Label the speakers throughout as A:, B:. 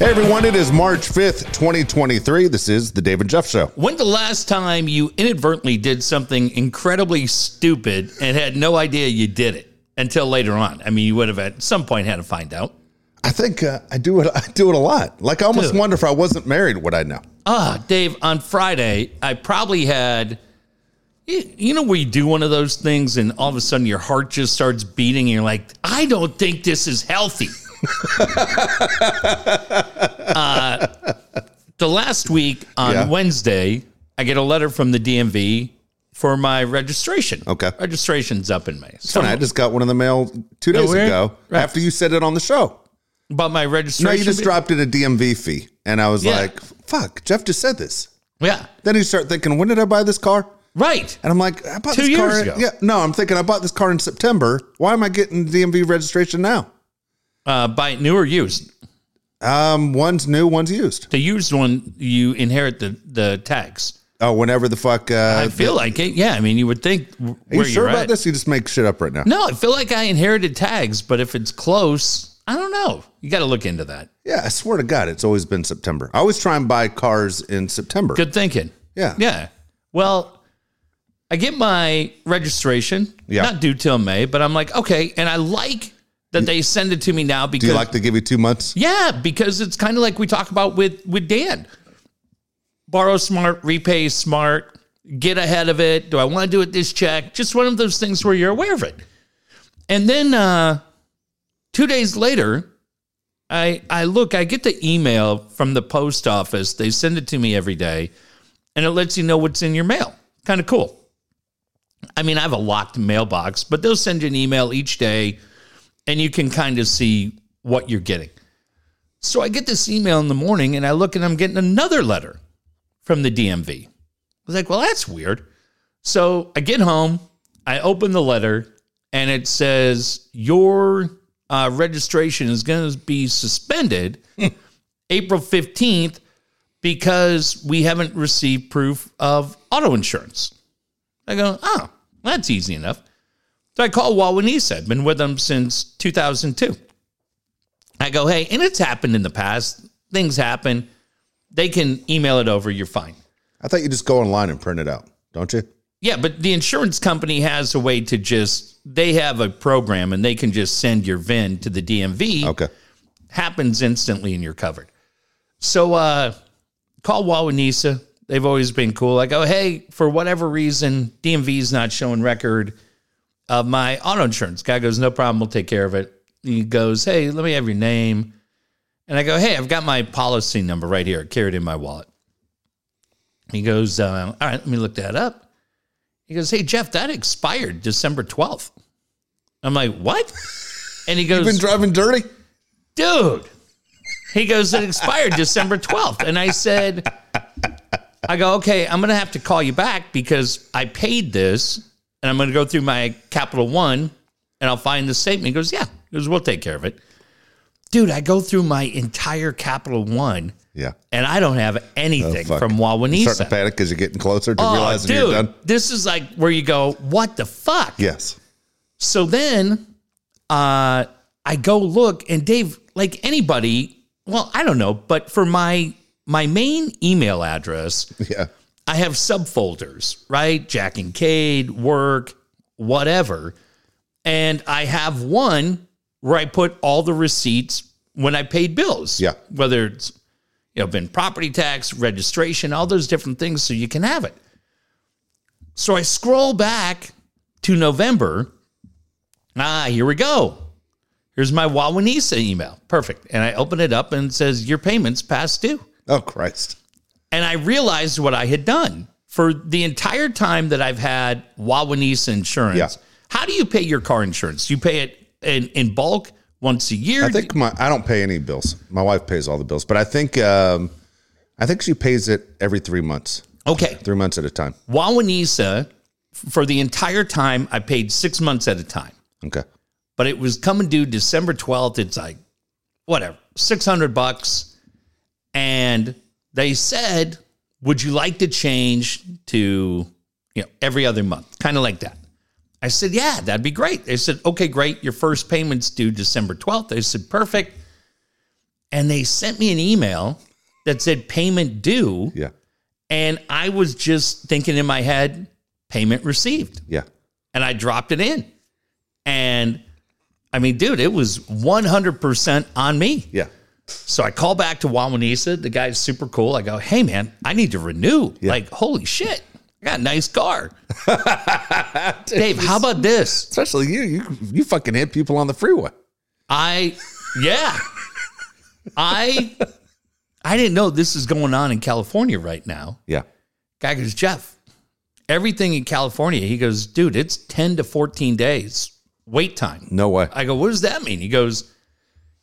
A: everyone. It is March 5th, 2023. This is the Dave and Jeff Show.
B: When's the last time you inadvertently did something incredibly stupid and had no idea you did it until later on? I mean, you would have at some point had to find out.
A: I think uh, I do it. I do it a lot. Like I almost
B: Dude.
A: wonder if I wasn't married, would I know?
B: Ah, Dave, on Friday, I probably had. You you know, where you do one of those things and all of a sudden your heart just starts beating and you're like, I don't think this is healthy. uh, the last week on
A: Yeah.
B: Wednesday, I get a letter from the DMV for my registration.
A: Okay.
B: Registration's up in May. So
A: Funny, I just got one in the mail two
B: No,
A: days
B: we're-
A: ago
B: right.
A: after you said it on the show.
B: about my
A: No,
B: registration.
A: you just
B: be-
A: dropped in a DMV fee, and I was
B: Yeah.
A: like, "Fuck, Jeff just said this."
B: Yeah.
A: Then you start thinking, "When did I buy this car?"
B: Right.
A: And I'm like, "I bought
B: Two
A: this
B: years
A: car." in-
B: ago.
A: Yeah, no, I'm thinking I bought this car in September. Why am I getting DMV registration now?
B: Uh, buy new or used.
A: Um, one's new, one's used.
B: The used one, you inherit the, the tags.
A: Oh, whenever the fuck. Uh,
B: I feel like it. Yeah, I mean, you would think. w-
A: Are you
B: where
A: sure
B: you're
A: about
B: at.
A: this? You just make shit up right now.
B: No, I feel like I inherited tags, but if it's close, I don't know. You got to look into that.
A: Yeah, I swear to God, it's always been September. I always try and buy cars in September.
B: Good thinking.
A: Yeah.
B: Yeah. Well, I get my registration,
A: Yeah.
B: not due till May, but I'm like, okay. And I like that they send it to me now
A: Do
B: because,
A: you like to give you two months?
B: yeah, because it's kind of like we talk about with, with Dan borrow smart, repay smart, get ahead of it. Do I want to do it this check? Just one of those things where you're aware of it. And then uh, two days later, I I look, I get the email from the post office. They send it to me every day, and it lets you know what's in your mail. Kind of cool. I mean, I have a locked mailbox, but they'll send you an email each day, and you can kind of see what you're getting. So I get this email in the morning, and I look, and I'm getting another letter from the DMV. I was like, well, that's weird. So I get home, I open the letter, and it says, Your uh, registration is going to be suspended April 15th because we haven't received proof of auto insurance. I go, Oh, that's easy enough. So I call Wawanisa. I've been with them since 2002. I go, Hey, and it's happened in the past. Things happen. They can email it over. You're fine.
A: I thought you just go online and print it out, don't you?
B: Yeah, but the insurance company has a way to just they have a program and they can just send your VIN to the DMV.
A: Okay.
B: Happens instantly and you're covered. So uh call Wawanisa. They've always been cool. I go, hey, for whatever reason, DMV's not showing record of my auto insurance. Guy goes, no problem, we'll take care of it. He goes, hey, let me have your name. And I go, hey, I've got my policy number right here, carried in my wallet. He goes, uh, all right, let me look that up. He goes, hey, Jeff, that expired December 12th. I'm like, what? And he goes,
A: Been driving dirty?
B: dude. He goes, it expired December 12th. And I said, I go, okay, I'm going to have to call you back because I paid this and I'm going to go through my Capital One and I'll find the statement. He goes, yeah. He goes, we'll take care of it. Dude, I go through my entire Capital One
A: Yeah.
B: and I don't have anything
A: Oh, fuck.
B: from
A: You're starting to
B: Wawanisa.
A: panic because you're getting closer to
B: Oh,
A: realizing you're
B: dude,
A: done.
B: this is like where you go, what the fuck?
A: Yes.
B: So then uh, I go look, and Dave, like anybody, well, I don't know, but for my my main email address,
A: Yeah.
B: I have subfolders, right? Jack and Cade, work, whatever. And I have one where I put all the receipts when I paid bills.
A: Yeah.
B: Whether it's you know been property tax, registration, all those different things, so you can have it. So I scroll back to November. Ah, here we go. Here's my Wawanisa email. Perfect. And I open it up and it says your payments past due
A: Oh, Christ.
B: and I realized what I had done for the entire time that I've had Wawanisa insurance.
A: Yeah.
B: How do you pay your car insurance? You pay it in, in bulk once a year.
A: I think my I don't pay any bills. My wife pays all the bills, but I think um, I think she pays it every three months,
B: okay.
A: three months at a time.
B: Wawanisa f- for the entire time I paid six months at a time,
A: Okay.
B: but it was coming due December twelfth. It's like whatever, six hundred bucks, and they said, "Would you like to change to you know every other month, kind of like that?" I said, Yeah, that'd be great. They said, Okay, great. Your first payment's due December 12th. They said, Perfect. and they sent me an email that said payment due.
A: Yeah.
B: And I was just thinking in my head, payment received.
A: Yeah.
B: And I dropped it in. And I mean, dude, it was 100% on me.
A: Yeah.
B: So I call back to Wawanisa. The guy's super cool. I go, hey, man, I need to renew. Like, holy shit, I got a nice car. Dave, how about this?
A: Especially you. You you fucking hit people on the freeway.
B: I, yeah, I, I didn't know this is going on in California right now.
A: Yeah.
B: Guy goes, Jeff, everything in California. He goes, dude, it's 10 to 14 days wait time.
A: No way.
B: I go, what does that mean? He goes,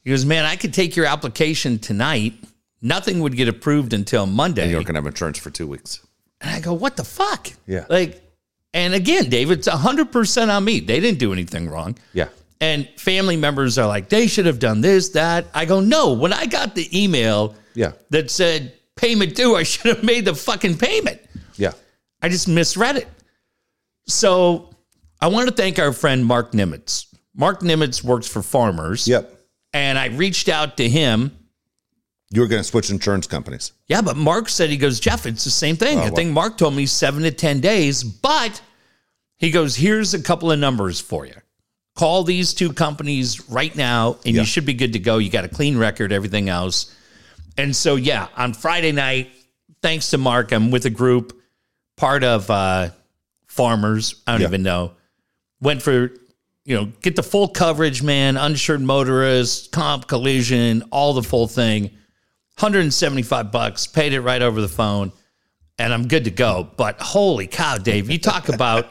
B: he goes, man, I could take your application tonight. Nothing would get approved until Monday.
A: You're not gonna have insurance for two weeks.
B: And I go, what the fuck?
A: Yeah.
B: Like, and again, Dave, it's 100% on me. They didn't do anything wrong.
A: Yeah.
B: And family members are like, they should have done this, that. I go, no, when I got the email
A: Yeah.
B: that said payment due, I should have made the fucking payment.
A: Yeah.
B: I just misread it. So I want to thank our friend Mark Nimitz. Mark Nimitz works for farmers.
A: Yep.
B: And I reached out to him.
A: You were gonna switch insurance companies.
B: Yeah, but Mark said, he goes, Jeff, it's the same thing. I think Mark told me seven to 10 days, but he goes, here's a couple of numbers for you. Call these two companies right now and
A: Yeah.
B: you should be good to go. You got a clean record, everything else. And so, yeah, on Friday night, thanks to Mark, I'm with a group, part of uh, Farmers. I don't
A: Yeah.
B: even know. Went for, you know, get the full coverage, man, uninsured motorist, comp, collision, all the full thing. 175 bucks, paid it right over the phone, and I'm good to go. But holy cow, Dave, you talk about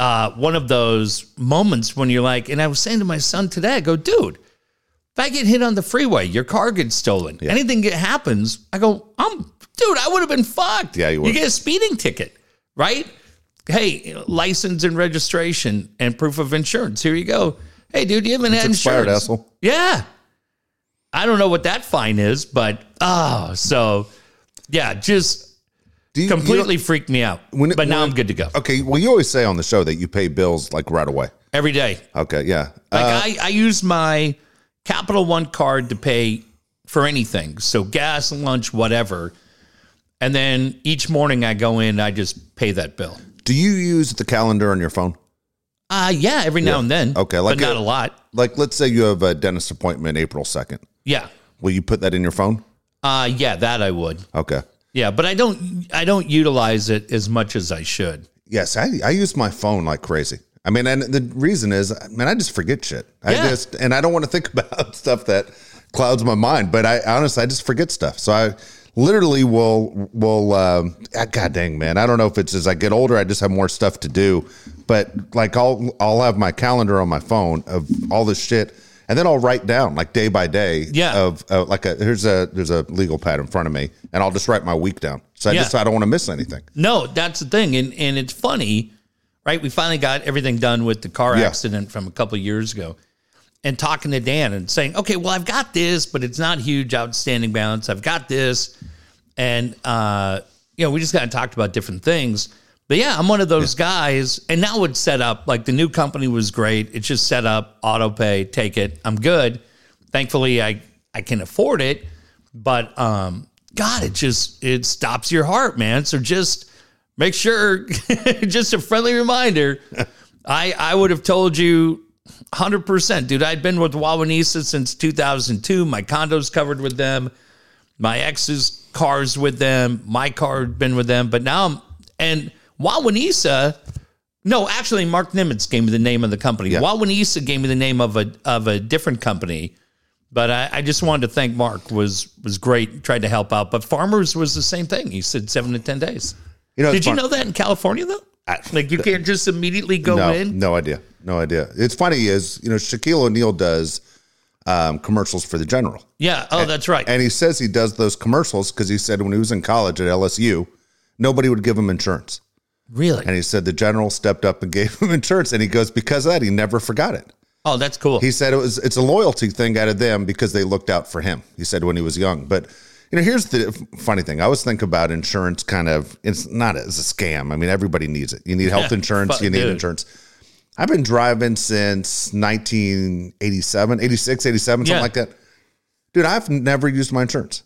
B: uh, one of those moments when you're like, and I was saying to my son today, I go, dude, if I get hit on the freeway, your car gets stolen, anything that happens, I go, I'm, dude, I would have been fucked.
A: Yeah, you
B: You
A: would've.
B: get a speeding ticket, right? Hey, license and registration and proof of insurance. Here you go. Hey, dude, you haven't had
A: Expired,
B: insurance.
A: asshole.
B: Yeah. I don't know what that fine is, but oh, so yeah, just
A: Do you you don't-
B: completely freaked me out.
A: When it-
B: but now
A: when-
B: I'm good to go
A: okay. Well, you always say on the show that you pay bills like right away.
B: every day.
A: Okay. Yeah. Uh,
B: Like I, I use my Capital One card to pay for anything, so gas, lunch, whatever. And then each morning I go in, I just pay that bill.
A: Do you use the calendar on your phone?
B: Uh yeah, every now and then.
A: Okay,
B: like
A: like
B: but not
A: a-
B: a lot.
A: Like, let's say you have a dentist appointment April 2nd.
B: Yeah,
A: Will you put that in your phone?
B: uh yeah, that I would.
A: Okay.
B: Yeah, but I don't, I don't utilize it as much as I should.
A: Yes. I, I use my phone like crazy. I mean, and the reason is, man, I just forget shit. I
B: Yeah.
A: just, and I don't want to think about stuff that clouds my mind, but I honestly, I just forget stuff. So I literally will, will, um, ah, God dang, man. I don't know if it's as I get older, I just have more stuff to do, but like I'll, I'll have my calendar on my phone of all this shit. And then I'll write down like day by day
B: Yeah.
A: of of uh, like a here's a there's a legal pad in front of me, and I'll just write my week down. So I
B: Yeah.
A: just I don't want to miss anything.
B: No, that's the thing, and and it's funny, right? We finally got everything done with the car
A: Yeah.
B: accident from a couple of years ago, and talking to Dan and saying, okay, well, I've got this, but it's not huge outstanding balance. I've got this, and uh, you know, we just kind of talked about different things. But yeah, I'm one of those guys, and now it's set up. Like the new company was great. It's just set up, auto pay, take it. I'm good. Thankfully, I I can afford it. But um, God, it just it stops your heart, man. So just make sure. just a friendly reminder. I I would have told you. 100% dude i'd been with wawanisa since 2002 my condo's covered with them my ex's cars with them. My car had been with them, but now I'm and Wawanisa. No, actually, Mark Nimitz gave me the name of the company. Wawanisa gave me the name of a of a different company. But I, I just wanted to thank Mark. was was great. Tried to help out, but Farmers was the same thing. He said seven to ten days.
A: You know, it's
B: Did you
A: fun-
B: know that in California though? Like you can't just immediately go
A: No,
B: in.
A: no idea, no idea. It's funny is you know Shaquille O'Neal does um, commercials for the General,
B: Yeah. Oh, that's right.
A: and he says he does those commercials because he said when he was in college at LSU, nobody would give him insurance,
B: really?
A: and he said the General stepped up and gave him insurance, and he goes because of that he never forgot it.
B: oh, that's cool.
A: He said it was it's a loyalty thing out of them because they looked out for him. He said when he was young, but you know here's the f- funny thing. I always think about insurance kind of it's not as a scam. I mean everybody needs it. You need health
B: Yeah,
A: insurance.
B: fuck,
A: You need
B: dude.
A: insurance. I've been driving since 1987, 86, 87, something
B: Yeah.
A: like that. Dude, I've never used my insurance.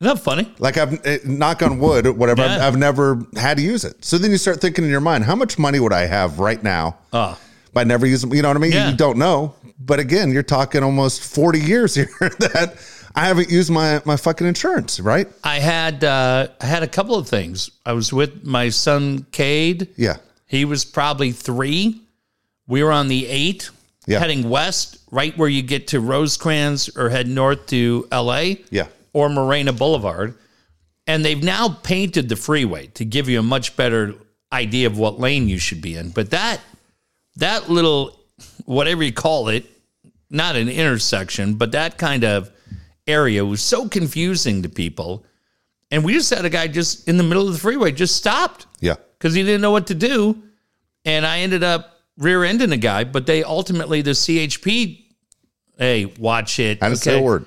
B: Isn't that funny?
A: Like I've eh, knock on wood, whatever. I've,
B: Yeah.
A: I've never had to use it. So then you start thinking in your mind, how much money would I have right now
B: Ah.
A: by never using? You know what I mean?
B: Yeah.
A: You don't know. But again, you're talking almost forty years here that I haven't used my my fucking insurance. Right?
B: I had uh, I had a couple of things. I was with my son Cade.
A: Yeah.
B: He was probably three. We were on the eight,
A: Yeah.
B: heading west, right where you get to Rosecrans or head north to LA
A: Yeah.
B: or Morena Boulevard. And they've now painted the freeway to give you a much better idea of what lane you should be in. But that that little whatever you call it, not an intersection, but that kind of area was so confusing to people. And we just had a guy just in the middle of the freeway just stopped
A: Yeah.
B: because he didn't know what to do. And I ended up rear ending a guy, but they ultimately, the CHP, hey, watch it.
A: I didn't say a word.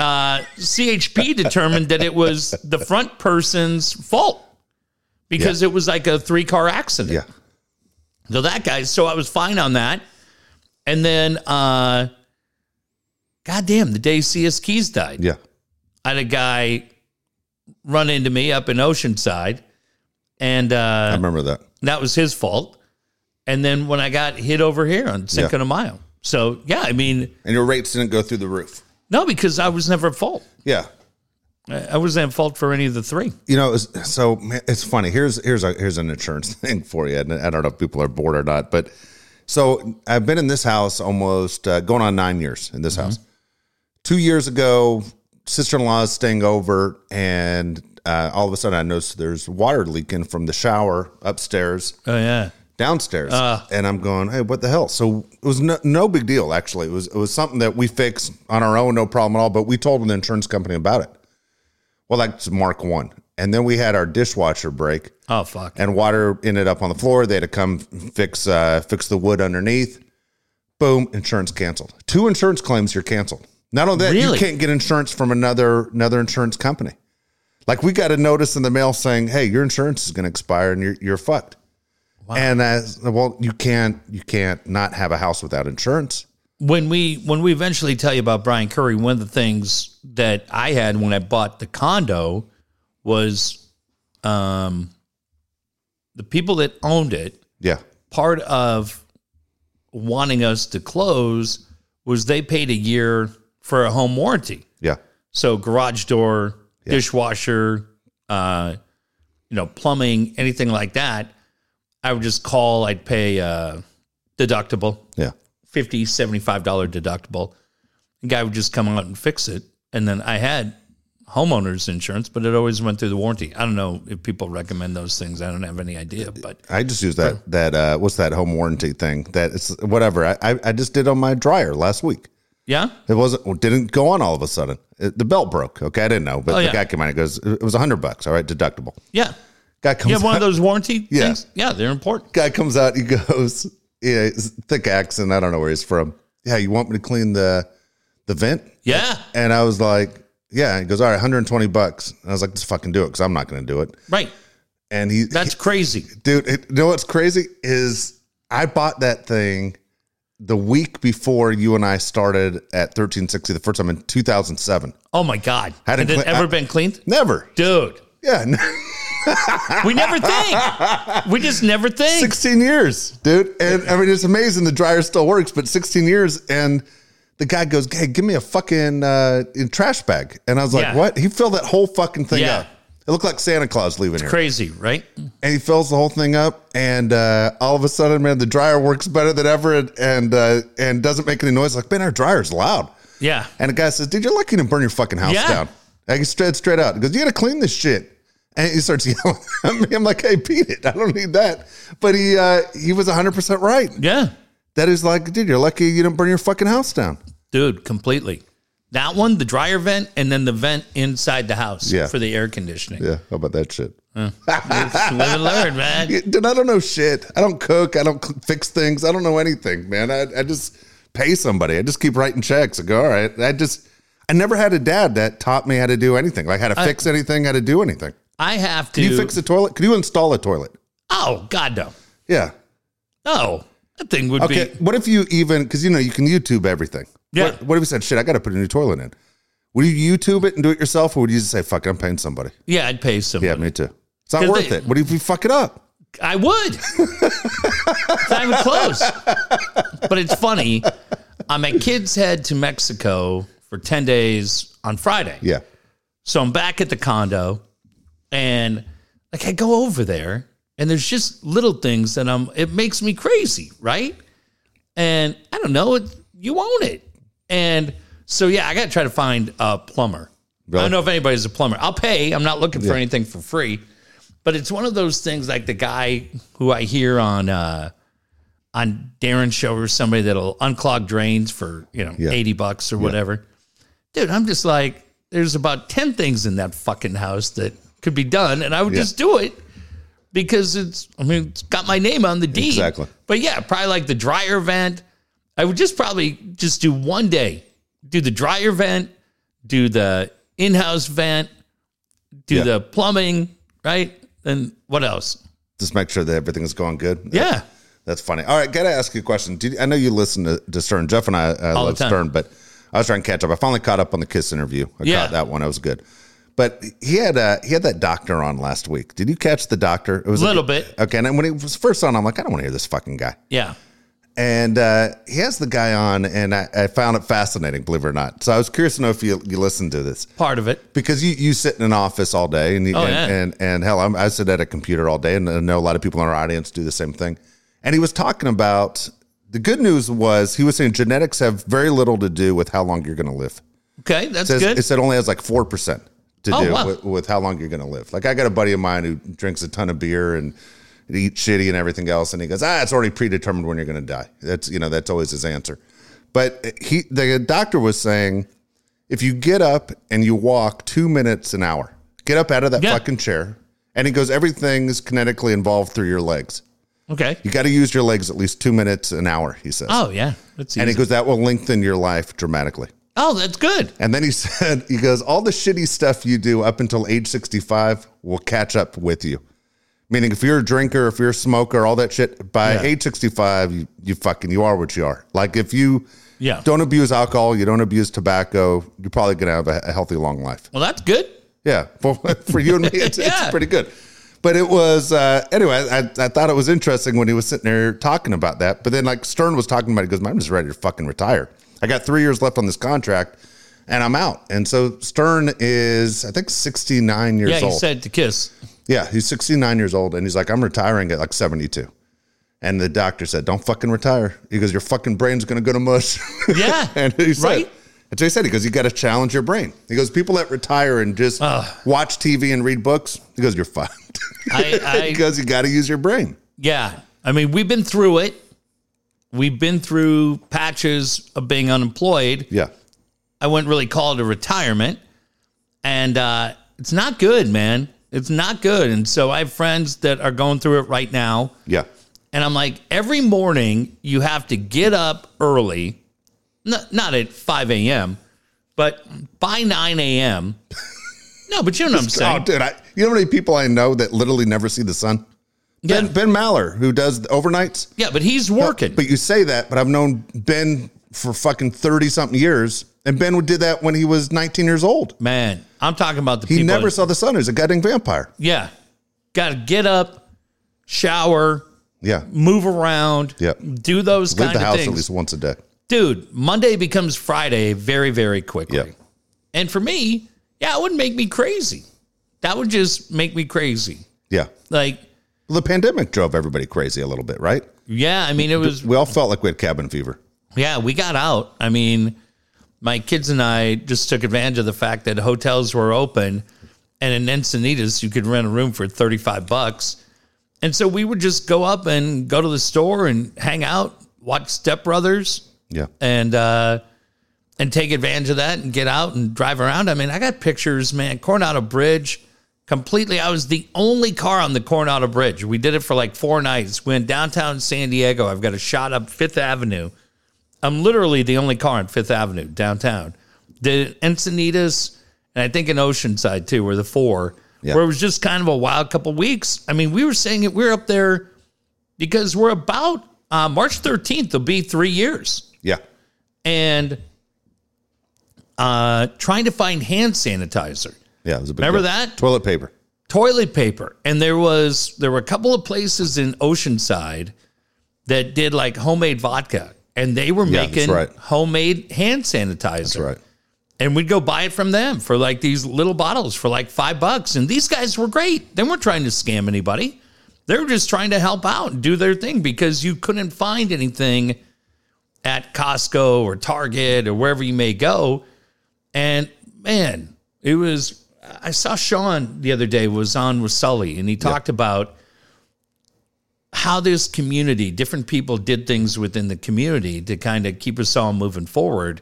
B: Uh, CHP determined that it was the front person's fault because it was like a three car accident.
A: Yeah.
B: So that guy, so I was fine on that. And then, uh, goddamn, the day CS Keys died.
A: Yeah.
B: I had a guy run into me up in Oceanside, and
A: I
B: uh,
A: remember that.
B: that was his fault. And then when I got hit over here on Cinco de Mayo, so yeah, I mean,
A: And your rates didn't go through the roof.
B: no, because I was never at fault.
A: Yeah.
B: I I wasn't at fault for any of the three.
A: you know it's- so man, it's funny here's here's a here's an insurance thing for you and i don't know if people are bored or not but so i've been in this house almost uh, going on nine years in this house two years ago sister-in-law is staying over and uh, all of a sudden i noticed there's water leaking from the shower upstairs
B: Oh yeah,
A: downstairs, and I'm going, "Hey, what the hell?" So it was no, no big deal. Actually, it was it was something that we fixed on our own, no problem at all. But we told the insurance company about it. Well, that's Mark One, and then we had our dishwasher break,
B: oh fuck,
A: and water ended up on the floor. They had to come fix uh, fix the wood underneath. Boom, insurance canceled. Two insurance claims, you're canceled. Not only that, you
B: Really?
A: can't get insurance from another another insurance company. Like we got a notice in the mail saying, "Hey, your insurance is going to expire and you're you're fucked." And as well, you can't you can't not have a house without insurance.
B: when we when we eventually tell you about Brian Curry, one of the things that I had when I bought the condo was um the people that owned it,
A: Yeah,
B: part of wanting us to close was they paid a year for a home warranty.
A: yeah,
B: So garage door, dishwasher, uh, you know, plumbing, anything like that. I would just call, I'd pay uh deductible.
A: yeah,
B: 50 75 dollar deductible the guy would just come out and fix it and then i had homeowners insurance but it always went through the warranty i don't know if people recommend those things i don't have any idea but
A: I just use that that uh, what's that home warranty thing that it's whatever. I, I I just did on my dryer last week.
B: yeah
A: It wasn't well, didn't go on all of a sudden. It- the belt broke. Okay, I didn't know, but
B: Oh,
A: the
B: yeah.
A: guy came out and goes, "It was a hundred bucks. All right, deductible."
B: yeah
A: Guy comes.
B: you have one of
A: out,
B: those warranty
A: Yeah.
B: things yeah they're important
A: guy comes out. He goes, "Yeah, it's thick accent. I don't know where he's from. Yeah, you want me to clean the the vent?"
B: yeah
A: And I was like, "Yeah." He goes, "All right, hundred and twenty bucks." And I was like, "Just fucking do it," because I'm not going to do it.
B: right
A: And he,
B: that's crazy
A: dude, it, you know what's crazy is I bought that thing the week before you and I started at 1360 the first time in 2007.
B: oh my god had
A: Hadn't
B: it
A: cle-
B: ever
A: I-
B: been cleaned
A: Never.
B: dude
A: Yeah.
B: we never think we just never think
A: 16 years, dude. And I mean, it's amazing the dryer still works, but 16 years. And the guy goes, Hey, give me a fucking uh, in trash bag. And I was like,
B: Yeah.
A: What? He filled that whole fucking thing
B: Yeah.
A: up. It looked like Santa Claus leaving here.
B: crazy right
A: and he fills the whole thing up. And uh, all of a sudden, man, the dryer works better than ever and and, uh, and doesn't make any noise. Like, man, our dryer's loud.
B: yeah
A: And the guy says, Dude, you're lucky you didn't burn your fucking house
B: Yeah.
A: down. Like, he straight, straight out. He goes, You got to clean this shit. And he starts yelling at me. I'm like, Hey, beat it. I don't need that. But he uh, he was 100% right.
B: yeah
A: That is like, Dude, you're lucky you didn't burn your fucking house down.
B: Dude, completely. That one, the dryer vent, and then the vent inside the house
A: Yeah.
B: for the air conditioning.
A: Yeah. How about that shit?
B: Live and learn, man.
A: Dude, I don't know shit. I don't cook. I don't cl- fix things. I don't know anything, man. I, I just pay somebody. I just keep writing checks. I go, all right. I just, I never had a dad that taught me how to do anything, like how to fix anything, how to do anything.
B: I have to.
A: Can you fix a toilet? Could you install a toilet?
B: Oh, God, no.
A: Yeah.
B: No. That thing would
A: Okay.
B: be.
A: What if you even, because you know, you can YouTube everything.
B: Yeah.
A: What, what if you said, shit, I got to put a new toilet in? Would you YouTube it and do it yourself, or would you just say, "Fuck, it, I'm paying somebody"?
B: Yeah, I'd pay
A: Yeah,
B: somebody.
A: me too. It's not
B: 'Cause
A: worth
B: they-
A: it. What if you fuck it up?
B: I would. it's not even close. But it's funny. Uh, my kids head to Mexico for 10 days on Friday.
A: Yeah,
B: So I'm back at the condo and like I go over there and there's just little things that I'm it makes me crazy, right? And I don't know, it, you own it. And so yeah, I got to try to find a plumber. I
A: Really?
B: don't know if anybody's a plumber. I'll pay. I'm not looking for anything for free. But it's one of those things like the guy who I hear on uh on Darren's show or somebody that'll unclog drains for, you know,
A: Yeah.
B: 80 bucks or whatever dude, I'm just like, there's about 10 things in that fucking house that could be done, and I would
A: Yeah.
B: just do it because it's, I mean, it's got my name on the deed.
A: Exactly.
B: But yeah, probably like the dryer vent. I would just probably just do one day, do the dryer vent, do the in house vent, do
A: Yeah.
B: the plumbing, right? And what else?
A: just make sure that everything's going good.
B: Yeah.
A: That's funny. All right, gotta ask you a question. Did, I know you listen to, to Stern. Jeff and I, I
B: All the
A: love
B: time.
A: Stern, but I was trying to catch up. I finally caught up on the Kiss interview. I
B: Yeah.
A: caught that one. That was good. But he had uh, he had that doctor on last week. Did you catch the doctor? It was
B: Little bit.
A: Okay, and then when he was first on, I'm like, I don't want to hear this fucking guy.
B: Yeah.
A: And uh, he has the guy on, and I, I found it fascinating, believe it or not. So I was curious to know if you you listened to this
B: Part of it.
A: because you, you sit in an office all day and you,
B: Oh,
A: and,
B: yeah.
A: and and hell, I'm, I sit at a computer all day, and I know a lot of people in our audience do the same thing. And he was talking about the good news was he was saying genetics have very little to do with how long you're going to live.
B: Okay. That's
A: It, says,
B: good.
A: it said only has like four percent to
B: Oh,
A: do
B: wow.
A: with, with how long you're going to live. Like I got a buddy of mine who drinks a ton of beer and eats shitty and everything else, and he goes, "Ah, it's already predetermined when you're going to die." That's you know that's always his answer. But he the doctor was saying if you get up and you walk two minutes an hour, get up out of that
B: Yeah.
A: fucking chair, and he goes, everything is kinetically involved through your legs.
B: Okay.
A: You got to use your legs at least two minutes an hour, he says.
B: Oh, yeah. That's
A: and
B: easy.
A: he goes, that will lengthen your life dramatically.
B: oh, that's good.
A: And then he said, he goes, all the shitty stuff you do up until age 65 will catch up with you. Meaning, if you're a drinker, if you're a smoker, all that shit, by
B: Yeah.
A: age 65, you, you fucking, you are what you are. Like, if you
B: Yeah.
A: don't abuse alcohol, you don't abuse tobacco, you're probably going to have a, a healthy, long life.
B: Well, that's good.
A: Yeah. For, for you and me, it's, it's
B: Yeah.
A: pretty good. But it was, uh, anyway, I, I thought it was interesting when he was sitting there talking about that. But then, like, Stern was talking about it. He goes, "Man, I'm just ready to fucking retire. I got three years left on this contract and I'm out. And so Stern is, I think, 69 years
B: Yeah. He
A: old.
B: said to kiss.
A: yeah. He's 69 years old. And he's like, I'm retiring at like 72. And the doctor said, Don't fucking retire. He goes, Your fucking brain's going to go to mush.
B: Yeah.
A: And he said,
B: Right?
A: That's what he said. He goes, You got to challenge your brain. He goes, People that retire and just watch TV and read books, he goes, You're fucked.
B: I,
A: he
B: I
A: goes, You got to use your brain.
B: yeah. I mean, we've been through it. We've been through patches of being unemployed.
A: Yeah.
B: I wouldn't really call it a retirement, and uh, it's not good, man. It's not good. And so I have friends that are going through it right now,
A: Yeah.
B: and I'm like, every morning you have to get up early, not not at 5 a.m., but by 9 a.m. No, but you know what I'm
A: Oh,
B: saying.
A: dude. I, you know how many people I know that literally never see the sun?
B: Yeah.
A: Ben, ben Maller, who does the overnights.
B: Yeah, but he's working.
A: But you say that, but I've known Ben for fucking 30 something years. And Ben did that when he was 19 years old.
B: Man, I'm talking about the
A: He
B: people.
A: never saw the sun. He's a goddamn vampire.
B: yeah, got to get up, shower,
A: Yeah.
B: move around.
A: Yeah.
B: do those
A: Leave
B: kind
A: the
B: of
A: house
B: things,
A: at least once a day.
B: dude. Monday becomes Friday very, very quickly.
A: Yeah.
B: And for me, yeah, it would make me crazy. That would just make me crazy.
A: Yeah.
B: Like,
A: Well, the pandemic drove everybody crazy a little bit, right?
B: yeah, I mean, it was
A: We all felt like we had cabin fever.
B: Yeah, we got out. I mean, my kids and I just took advantage of the fact that hotels were open, and in Encinitas you could rent a room for thirty five bucks, and so we would just go up and go to the store and hang out, watch Step Brothers,
A: Yeah.
B: and uh, and take advantage of that and get out and drive around. I mean, I got pictures, man. Coronado Bridge, completely. I was the only car on the Coronado Bridge. We did it for like four nights. Went downtown San Diego. I've got a shot up Fifth Avenue. I'm literally the only car on Fifth Avenue downtown. Did Encinitas and I think in Oceanside too were the four.
A: Yeah.
B: Where it was just kind of a wild couple weeks. I mean, we were saying it. We we're up there because we're about uh, March 13th. Will be three years
A: Yeah.
B: and uh, trying to find hand sanitizer,
A: Yeah, it was a big
B: Remember
A: deal.
B: that?
A: toilet paper.
B: toilet paper, and there was there were a couple of places in Oceanside that did like homemade vodka, and they were
A: Yeah, that's
B: making
A: right.
B: homemade hand sanitizer.
A: That's right.
B: and we'd go buy it from them for like these little bottles for like five bucks. And these guys were great. They weren't trying to scam anybody. They were just trying to help out and do their thing because you couldn't find anything at Costco or Target or wherever you may go. And man, it was I saw Sean the other day was on with Sully and he talked about how this community, different people did things within the community to kind of keep us all moving forward.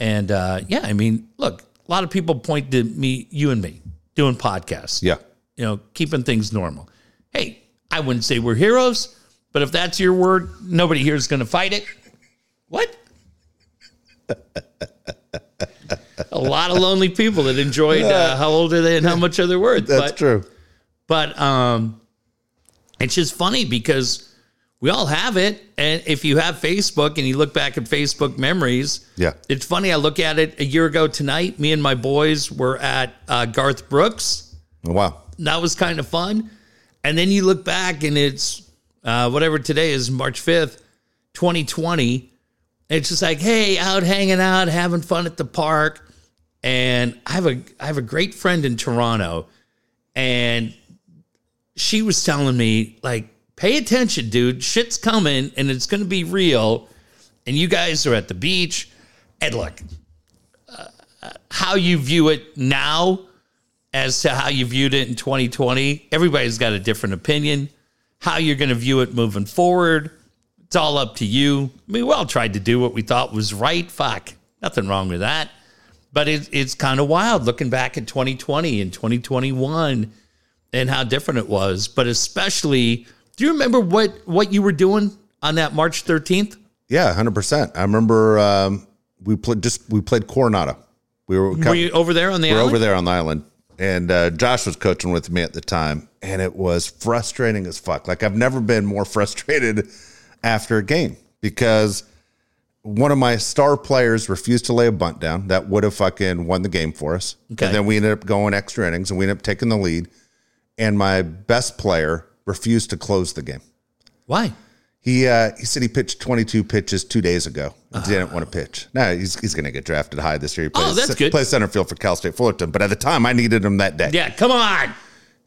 B: And uh, yeah, I mean, look, a lot of people point to me, you and me, doing podcasts,
A: Yeah.
B: you know, keeping things normal. Hey, I wouldn't say we're heroes, but if that's your word, nobody here is going to fight it. What? a lot of lonely people that enjoyed uh, how old are they and how much are they worth.
A: That's
B: but,
A: true.
B: but um, it's just funny because we all have it, and if you have Facebook and you look back at Facebook memories,
A: Yeah.
B: it's funny. I look at it a year ago tonight. Me and my boys were at uh, Garth Brooks.
A: Wow.
B: That was kind of fun. And then you look back, and it's uh, whatever today is March fifth, twenty twenty. It's just like, hey, out hanging out, having fun at the park. And I have a I have a great friend in Toronto, and she was telling me like, pay attention, dude. Shit's coming, and it's going to be real. And you guys are at the beach, and look, uh, how you view it now as to how you viewed it in 2020. Everybody's got a different opinion. How you're going to view it moving forward, it's all up to you. I mean, we all tried to do what we thought was right. Fuck, nothing wrong with that. But it, it's kind of wild looking back at 2020 and 2021 and how different it was. But especially, do you remember what what you were doing on that March 13th?
A: Yeah, hundred percent. I remember um, we played just we played Coronado. We were,
B: Were you over there on the
A: we were
B: island?
A: over there on the island, and uh, Josh was coaching with me at the time, and it was frustrating as fuck. Like I've never been more frustrated after a game because one of my star players refused to lay a bunt down that would have fucking won the game for us.
B: Okay.
A: And then we ended up going extra innings, and we ended up taking the lead. And my best player refused to close the game.
B: Why?
A: He uh, he said he pitched 22 pitches two days ago. and Didn't want to pitch. No, he's, he's going to get drafted high this year. He
B: Oh, that's good.
A: Plays center field for Cal State Fullerton, but at the time I needed him that day,
B: Yeah, come on.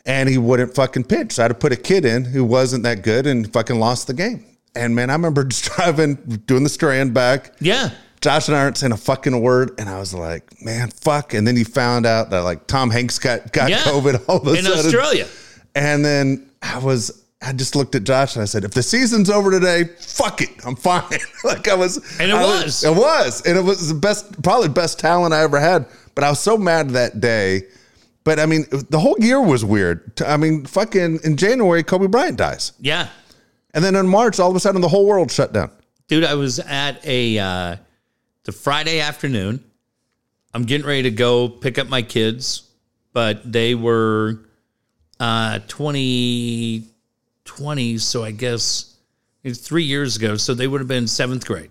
A: and he wouldn't fucking pitch. So I had to put a kid in who wasn't that good and fucking lost the game. And man, I remember just driving, doing the strand back.
B: Yeah.
A: Josh and I aren't saying a fucking word, and I was like, man, fuck. And then you found out that like Tom Hanks got got
B: Yeah.
A: COVID all of a
B: In
A: sudden.
B: Australia.
A: And then I was, I just looked at Josh and I said, if the season's over today, fuck it. I'm fine. like I was.
B: And it
A: I
B: was.
A: It was. And it was the best, probably the best talent I ever had. But I was so mad that day. But I mean, the whole year was weird. I mean, fucking in January, Kobe Bryant dies.
B: Yeah.
A: And then in March, all of a sudden, the whole world shut down.
B: dude i was at a uh the friday afternoon i'm getting ready to go pick up my kids but they were uh 20 20 so i guess it's three years ago so they would have been seventh grade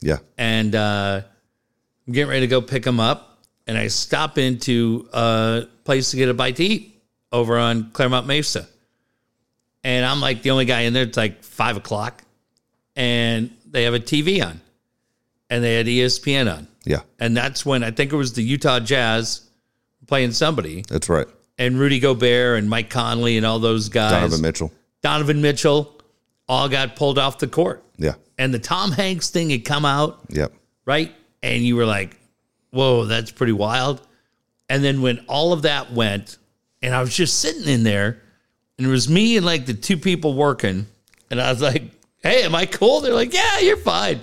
A: Yeah.
B: and uh, I'm getting ready to go pick them up. And I stop into a place to get a bite to eat over on Claremont Mesa. And I'm like the only guy in there. It's like five o'clock. And they have a TV on. And they had E ESPN on.
A: Yeah.
B: And that's when I think it was the Utah Jazz playing somebody.
A: That's right.
B: And Rudy Gobert and Mike Conley and all those guys.
A: Donovan Mitchell.
B: Donovan Mitchell all got pulled off the court.
A: Yeah.
B: And the Tom Hanks thing had come out
A: Yep.
B: right? And you were like, whoa, that's pretty wild. And then when all of that went, and I was just sitting in there, and it was me and like the two people working, and I was like, hey, am I cool? They're like, yeah, you're fine.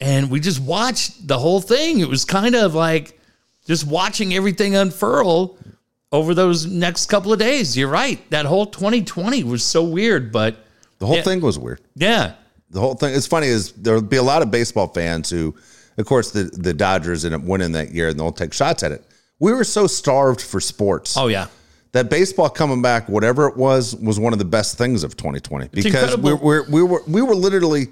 B: And we just watched the whole thing. It was kind of like just watching everything unfurl over those next couple of days. You're right. That whole 2020 was so weird, but
A: The whole thing was weird.
B: yeah,
A: the whole thing. It's funny is there'll be a lot of baseball fans who, of course, the the Dodgers ended up winning that year, and they'll take shots at it. We were so starved for sports
B: oh, yeah.
A: that baseball coming back, whatever it was, was one of the best things of 2020 because we
B: incredible.
A: we we were we were literally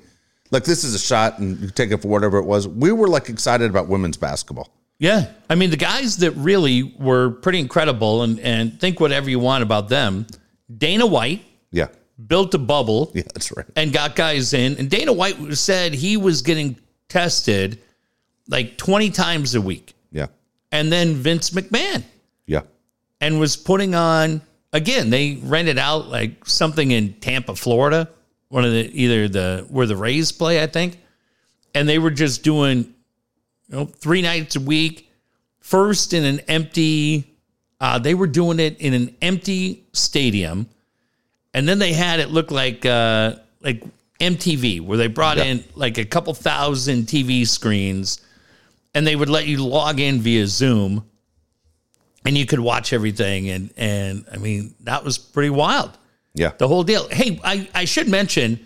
A: like this is a shot and you take it for whatever it was. We were like excited about women's basketball.
B: Yeah. I mean, the guys that really were pretty incredible and, and think whatever you want about them, Dana White
A: Yeah.
B: built a bubble
A: Yeah, that's right.
B: and got guys in. And Dana White said he was getting tested like 20 times a week.
A: Yeah.
B: And then Vince McMahon
A: Yeah.
B: and was putting on again, they rented out like something in Tampa, Florida, one of the either the where the Rays play, I think. And they were just doing you know, three nights a week, first in an empty uh, they were doing it in an empty stadium. And then they had it look like uh, like MTV, where they brought in like a couple thousand TV screens, and they would let you log in via Zoom, and you could watch everything. And and I mean that was pretty wild,
A: Yeah.
B: the whole deal. Hey, I, I should mention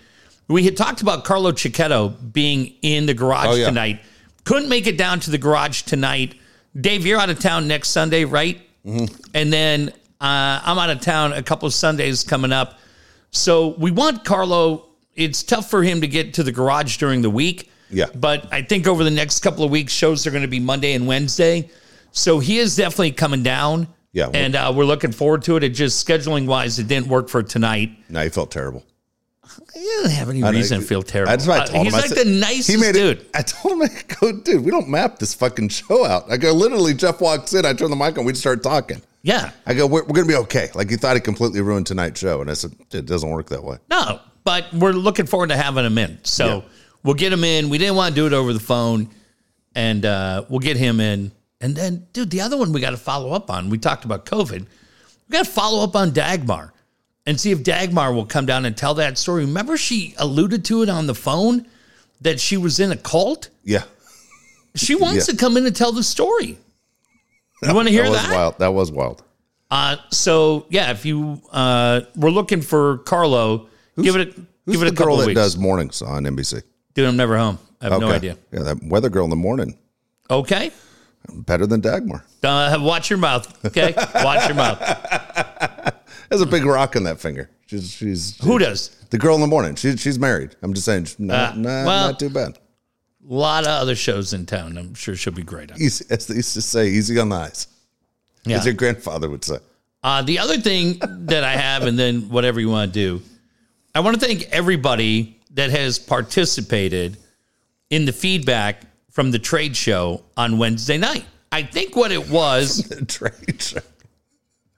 B: we had talked about Carlo Cicchetto being in the garage
A: Oh, yeah.
B: tonight. Couldn't make it down to the garage tonight. Dave, you're out of town next Sunday, right?
A: Mm-hmm.
B: And then uh, I'm out of town a couple of Sundays coming up. So we want Carlo. It's tough for him to get to the garage during the week.
A: Yeah.
B: But I think over the next couple of weeks, shows are going to be Monday and Wednesday. So he is definitely coming down.
A: Yeah.
B: And uh, we're looking forward to it. It just scheduling wise, it didn't work for tonight.
A: No, he felt terrible.
B: He doesn't have any reason to feel terrible.
A: That's what I
B: Uh,
A: told him.
B: He's
A: I
B: like
A: said-
B: the nicest
A: He made
B: dude.
A: It, I told him, I go, dude, we don't map this fucking show out. I go, literally, Jeff walks in, I turn the mic on, we just start talking.
B: Yeah.
A: I go, we're, we're going to be okay. Like, he thought he completely ruined tonight's show. And I said, it doesn't work that way.
B: No, but we're looking forward to having him in. So
A: Yeah.
B: we'll get him in. We didn't want to do it over the phone, and uh, we'll get him in. And then, dude, the other one we got to follow up on. We talked about COVID. We got to follow up on Dagmar and see if Dagmar will come down and tell that story. Remember, she alluded to it on the phone that she was in a cult.
A: Yeah.
B: She wants
A: Yeah.
B: to come in and tell the story. You want to hear
A: That was
B: that?
A: wild. That was wild.
B: Uh, so yeah, if you uh, we're looking for Carlo, give it a,
A: Who's
B: give it a
A: the
B: couple
A: girl
B: of
A: that
B: weeks.
A: does mornings on NBC?
B: Dude, I'm never home. I have no
A: Okay.
B: idea.
A: Yeah, that weather girl in the morning.
B: Okay.
A: Better than Dagmar.
B: Uh, watch your mouth. Okay. Watch your mouth.
A: There's a big rock in that finger. She's she's
B: Who does?
A: the girl in the morning. She, she's married. I'm just saying, she's not,
B: Uh,
A: not,
B: well-
A: not too bad.
B: A lot of other shows in town. I'm sure she'll be great. On.
A: Easy, as they used to say, easy on the eyes,
B: Yeah.
A: as your grandfather would say.
B: Uh, the other thing that I have, and then whatever you want to do, I want to thank everybody that has participated in the feedback from the trade show on Wednesday night. I think what it was
A: Trade show.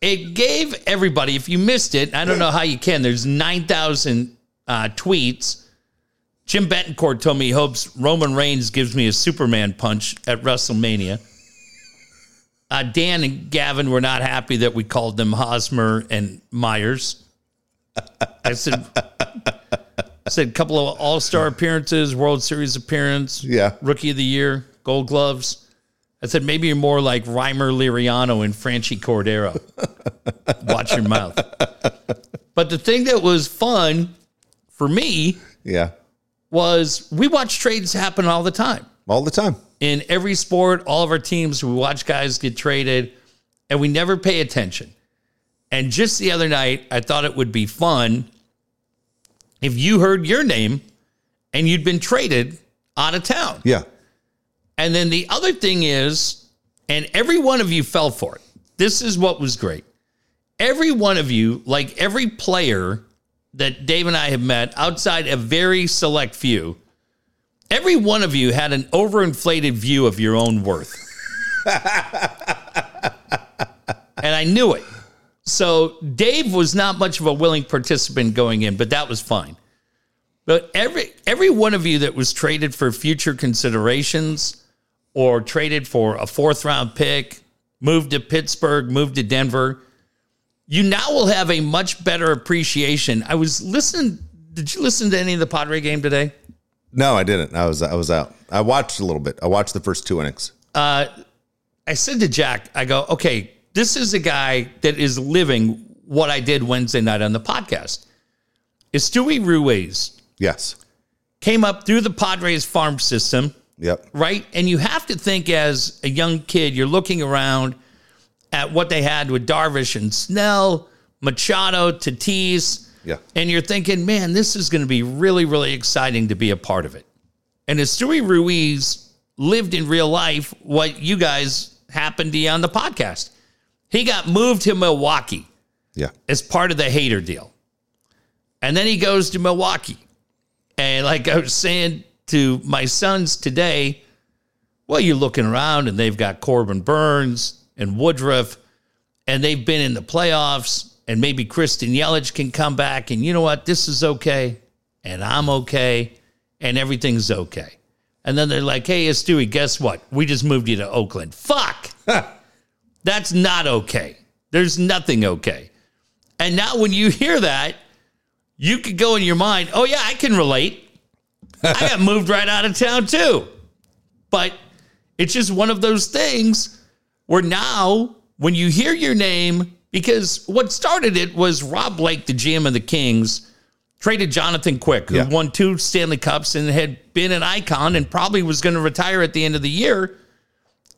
B: it gave everybody if you missed it i don't know how you can there's 9000 uh, tweets jim betancourt told me he hopes roman reigns gives me a superman punch at wrestlemania uh, dan and gavin were not happy that we called them hosmer and myers i said I said a couple of all-star appearances world series appearance
A: Yeah.
B: rookie of the year gold gloves I said, maybe you're more like Reimer Liriano and Franchi Cordero. Watch your mouth. But the thing that was fun for me
A: Yeah.
B: was we watch trades happen all the time.
A: All the time.
B: In every sport, all of our teams, we watch guys get traded and we never pay attention. And just the other night, I thought it would be fun if you heard your name and you'd been traded out of town.
A: Yeah.
B: And then the other thing is, and every one of you fell for it. This is what was great. Every one of you, like every player that Dave and I have met outside a very select few, every one of you had an overinflated view of your own worth. and I knew it. So Dave was not much of a willing participant going in, but that was fine. But every every one of you that was traded for future considerations or traded for a fourth round pick, moved to Pittsburgh, moved to Denver, you now will have a much better appreciation. I was listening. Did you listen to any of the Padre game today?
A: No, I didn't. I was I was out. I watched a little bit. I watched the first two innings.
B: I said to Jack, I go, okay, this is a guy that is living what I did Wednesday night on the podcast. Stewie Ruiz
A: Yes.
B: came up through the Padres farm system.
A: Yep.
B: right? And you have to think as a young kid, you're looking around at what they had with Darvish and Snell, Machado, Tatis,
A: Yeah.
B: And you're thinking, man, this is going to be really, really exciting to be a part of it. And Esturi Ruiz lived in real life what you guys happened to be on the podcast. He got moved to Milwaukee
A: Yeah.
B: as part of the hater deal. And then he goes to Milwaukee. And like I was saying to my sons today, well, you're looking around and they've got Corbin Burns and Woodruff, and they've been in the playoffs, and maybe Kristen Yelich can come back. And you know what? This is okay. And I'm okay. And everything's okay. And then they're like, hey, Stewie, guess what? We just moved you to Oakland. Fuck. That's not okay. There's nothing okay. And now when you hear that, you could go in your mind, oh, yeah, I can relate. I got moved right out of town too. But it's just one of those things where now when you hear your name, because what started it was Rob Blake, the GM of the Kings, traded Jonathan Quick, who
A: Yeah.
B: won two Stanley Cups and had been an icon and probably was going to retire at the end of the year.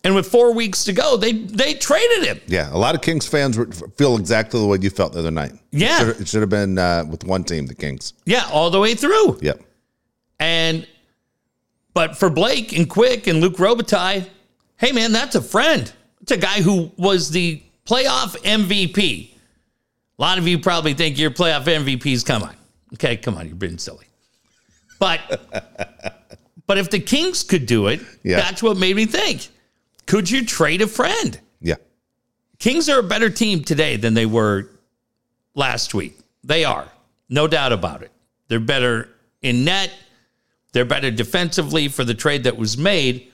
B: And with four weeks to go, they they traded him.
A: Yeah. A lot of Kings fans were- feel exactly the way you felt the other night.
B: Yeah.
A: It should have, it should have been uh, with one team, the Kings.
B: Yeah, all the way through.
A: Yep.
B: And but for Blake and Quick and Luke Robitaille, hey man, that's a friend. It's a guy who was the playoff MVP. A lot of you probably think your playoff MVPs. Come on, okay, come on, you're being silly. But but if the Kings could do it,
A: Yeah.
B: that's what made me think. Could you trade a friend?
A: Yeah.
B: Kings are a better team today than they were last week. They are, no doubt about it. They're better in net. They're better defensively for the trade that was made,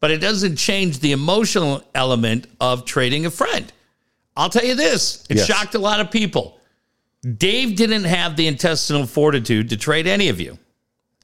B: but it doesn't change the emotional element of trading a friend. I'll tell you this it
A: Yes.
B: shocked a lot of people. Dave didn't have the intestinal fortitude to trade any of you.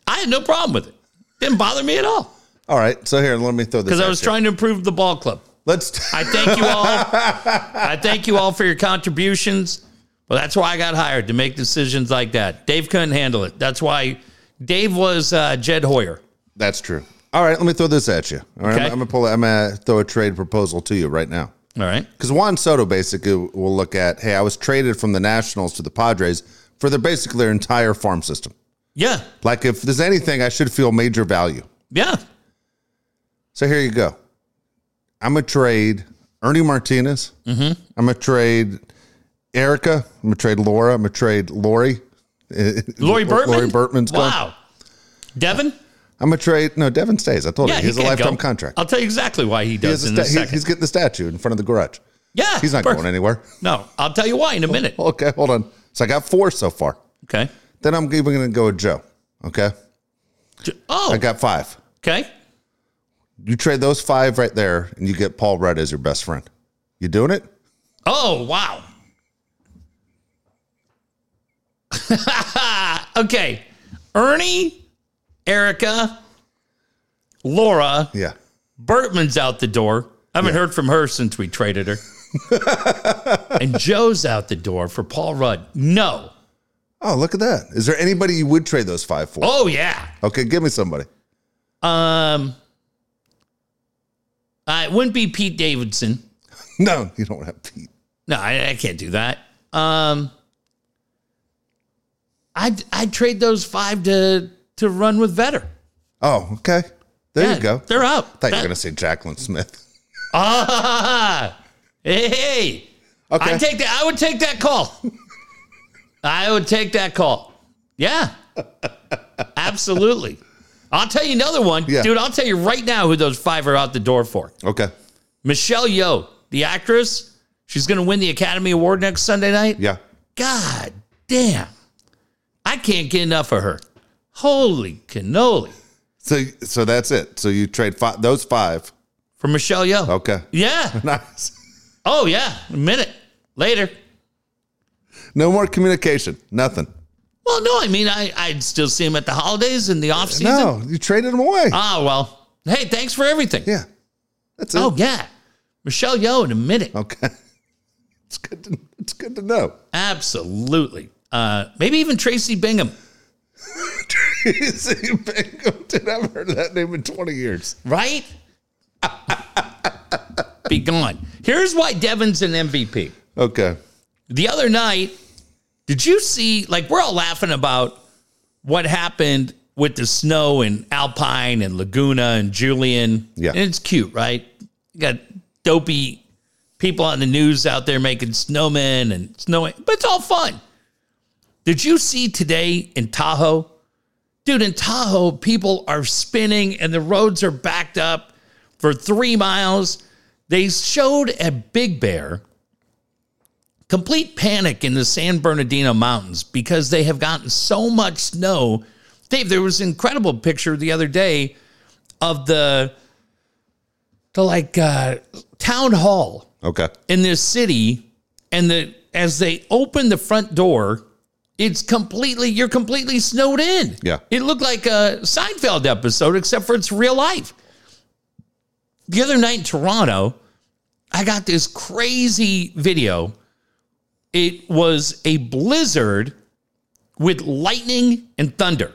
B: I had no problem with it. Didn't bother me at all
A: All right. So here, let me throw this.
B: because I
A: out
B: was
A: here.
B: trying to improve the ball club.
A: Let's.
B: I thank you all. I thank you all for your contributions. Well, that's why I got hired to make decisions like that. Dave couldn't handle it. That's why Dave was uh, Jed Hoyer.
A: That's true. All right, let me throw this at you. All right,
B: Okay.
A: I'm, I'm gonna pull. I'm gonna throw a trade proposal to you right now.
B: All right.
A: Because Juan Soto basically will look at, hey, I was traded from the Nationals to the Padres for their basically their entire farm system.
B: Yeah.
A: Like if there's anything, I should feel major value.
B: Yeah.
A: So here you go. I'm gonna trade Ernie Martinez.
B: Mm-hmm.
A: I'm gonna trade Erica. I'm gonna trade Laura. I'm gonna trade Lori.
B: Lori Burtman.
A: Lori Burtman's gone.
B: Wow. Devin.
A: I'm gonna trade. No, Devin stays. I told
B: Yeah.
A: you he's a
B: can't
A: lifetime
B: go.
A: contract.
B: I'll tell you exactly why he
A: He
B: does
A: has a
B: in
A: sta-
B: a
A: he-
B: second.
A: he's getting the statue in front of the garage.
B: yeah.
A: He's not
B: perfect.
A: going anywhere.
B: No, I'll tell you why in a minute.
A: Okay, hold on. So I got four so far.
B: Okay.
A: Then I'm even going to go with Joe. Okay,
B: J- Oh.
A: I got five.
B: Okay.
A: You trade those five right there, and you get Paul Rudd as your best friend. You doing it?
B: Oh, wow. okay. Ernie, Erica, Laura,
A: Yeah.
B: Bertman's out the door. I haven't heard from her since we traded her. and Joe's out the door for Paul Rudd. No.
A: Oh, look at that. Is there anybody you would trade those five for?
B: Oh yeah.
A: Okay, give me somebody.
B: Um uh, it wouldn't be Pete Davidson.
A: No, you don't have Pete.
B: No, I, I can't do that. Um, I'd I'd trade those five to to run with Vetter.
A: Oh, okay. There you go.
B: They're out.
A: thought you were
B: That-
A: going to say Jacqueline Smith.
B: ah, hey, hey.
A: Okay.
B: I take that. I would take that call. I would take that call. Yeah, absolutely. I'll tell you another one,
A: Yeah.
B: dude. I'll tell you right now who those five are out the door for.
A: okay.
B: Michelle Yeoh, the actress. She's going to win the Academy Award next Sunday night.
A: Yeah.
B: God damn. I can't get enough of her. Holy cannoli.
A: So so that's it. So you trade five those five.
B: For Michelle Yeoh.
A: Okay.
B: Yeah.
A: Nice.
B: Oh, yeah. A minute later.
A: No more communication. Nothing.
B: Well, no, I mean, I, I'd still see him at the holidays in the off season.
A: No, you traded them away.
B: Ah, well. Hey, thanks for everything.
A: yeah. That's it.
B: Oh, yeah. Michelle Yeoh in a minute.
A: Okay. It's good to, it's good to know.
B: Absolutely. Uh, maybe even Tracy Bingham.
A: Tracy Bingham. Dude, I've heard that name in 20 years.
B: right? Be gone. Here's why Devin's an MVP.
A: Okay.
B: The other night, Did you see, like, we're all laughing about what happened with the snow in Alpine and Laguna and Julian.
A: Yeah.
B: And it's cute, right? You got dopey people on the news out there making snowmen and snowing, but it's all fun. Did you see today in Tahoe? Dude, in Tahoe, people are spinning and the roads are backed up for three miles. They showed at Big Bear complete panic in the San Bernardino Mountains because they have gotten so much snow. Dave, there was an incredible picture the other day of the the like uh, town hall
A: Okay.
B: in this city and the as they open the front door it's completely you're completely snowed in
A: Yeah.
B: it looked like a seinfeld episode except for it's real life the other night in toronto i got this crazy video it was a blizzard with lightning and thunder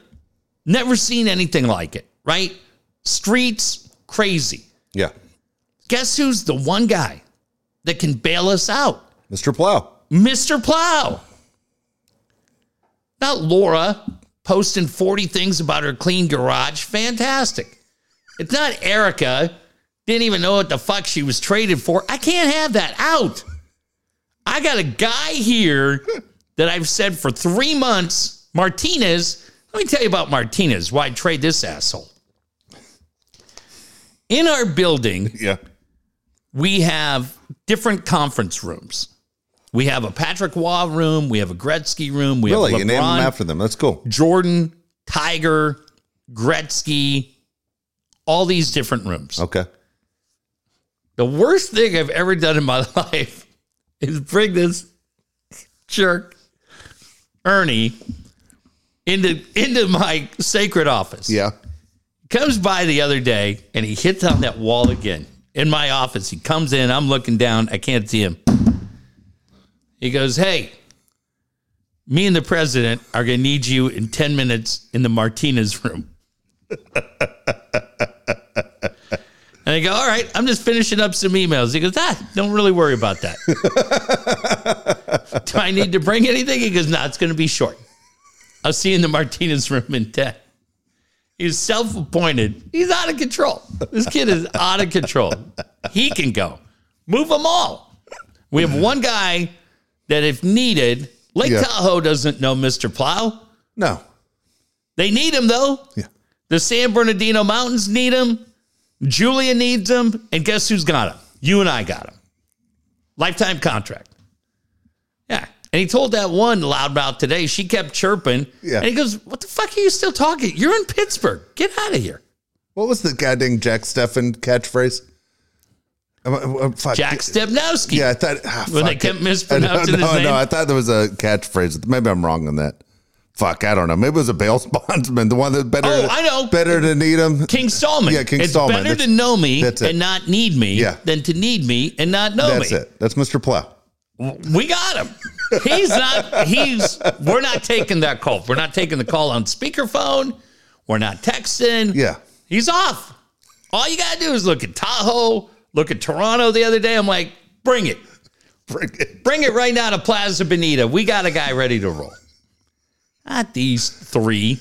B: never seen anything like it right streets crazy
A: Yeah.
B: guess who's the one guy that can bail us out?
A: Mr. Plow.
B: Mr. Plow. Not Laura posting 40 things about her clean garage. Fantastic. It's not Erica. Didn't even know what the fuck she was traded for. I can't have that out. I got a guy here that I've said for three months, Martinez. Let me tell you about Martinez, why I trade this asshole. In our building,
A: Yeah.
B: we have different conference rooms. We have a Patrick Waugh room. We have a Gretzky room. We
A: Really?
B: have
A: You name them
B: LeBron,
A: after them. That's cool.
B: Jordan, Tiger, Gretzky, all these different rooms.
A: Okay.
B: The worst thing I've ever done in my life is bring this jerk, Ernie, into into my sacred office.
A: Yeah.
B: comes by the other day and he hits on that wall again in my office. He comes in, I'm looking down, I can't see him. He goes, Hey, me and the president are going to need you in 10 minutes in the Martinez room. and I go, All right, I'm just finishing up some emails. He goes, Ah, don't really worry about that. Do I need to bring anything? He goes, No, it's going to be short. I'll see you in the Martinez room in 10. He's self appointed. He's out of control. This kid is out of control. He can go. Move them all. We have one guy that, if needed, Lake
A: Yeah.
B: Tahoe doesn't know Mr. Plow.
A: No.
B: They need him, though.
A: Yeah.
B: The San Bernardino Mountains need him. Julia needs him. And guess who's got him? You and I got him. Lifetime contract. Yeah. And he told that one loudmouth today, she kept chirping.
A: Yeah.
B: And he goes, What the fuck are you still talking? You're in Pittsburgh. Get out of here.
A: What was the goddamn Jack Steffen catchphrase? Um, um, fuck.
B: Jack Stebnowski.
A: Yeah, I thought. ah,
B: When they
A: fuck
B: kept
A: it. no,
B: mispronouncing his
A: no,
B: name.
A: No, I thought there was a catchphrase. Maybe I'm wrong on that. Fuck, I don't know. Maybe it was a bail bondsman, the one that better.
B: Oh, I know.
A: Better to need him.
B: King Solomon.
A: Yeah, King
B: it's
A: Solomon.
B: better
A: That's-
B: to know me
A: that's it.
B: and not need me
A: Yeah.
B: than to need me and not know
A: That's
B: me.
A: it. That's Mr. Plow.
B: We got him. He's not. He's. We're not taking that call. We're not taking the call on speakerphone. We're not texting.
A: Yeah.
B: He's off. All you gotta do is look at Tahoe. Look at Toronto the other day. I'm like, bring it.
A: Bring it.
B: Bring it right now to Plaza Bonita. We got a guy ready to roll. Not these three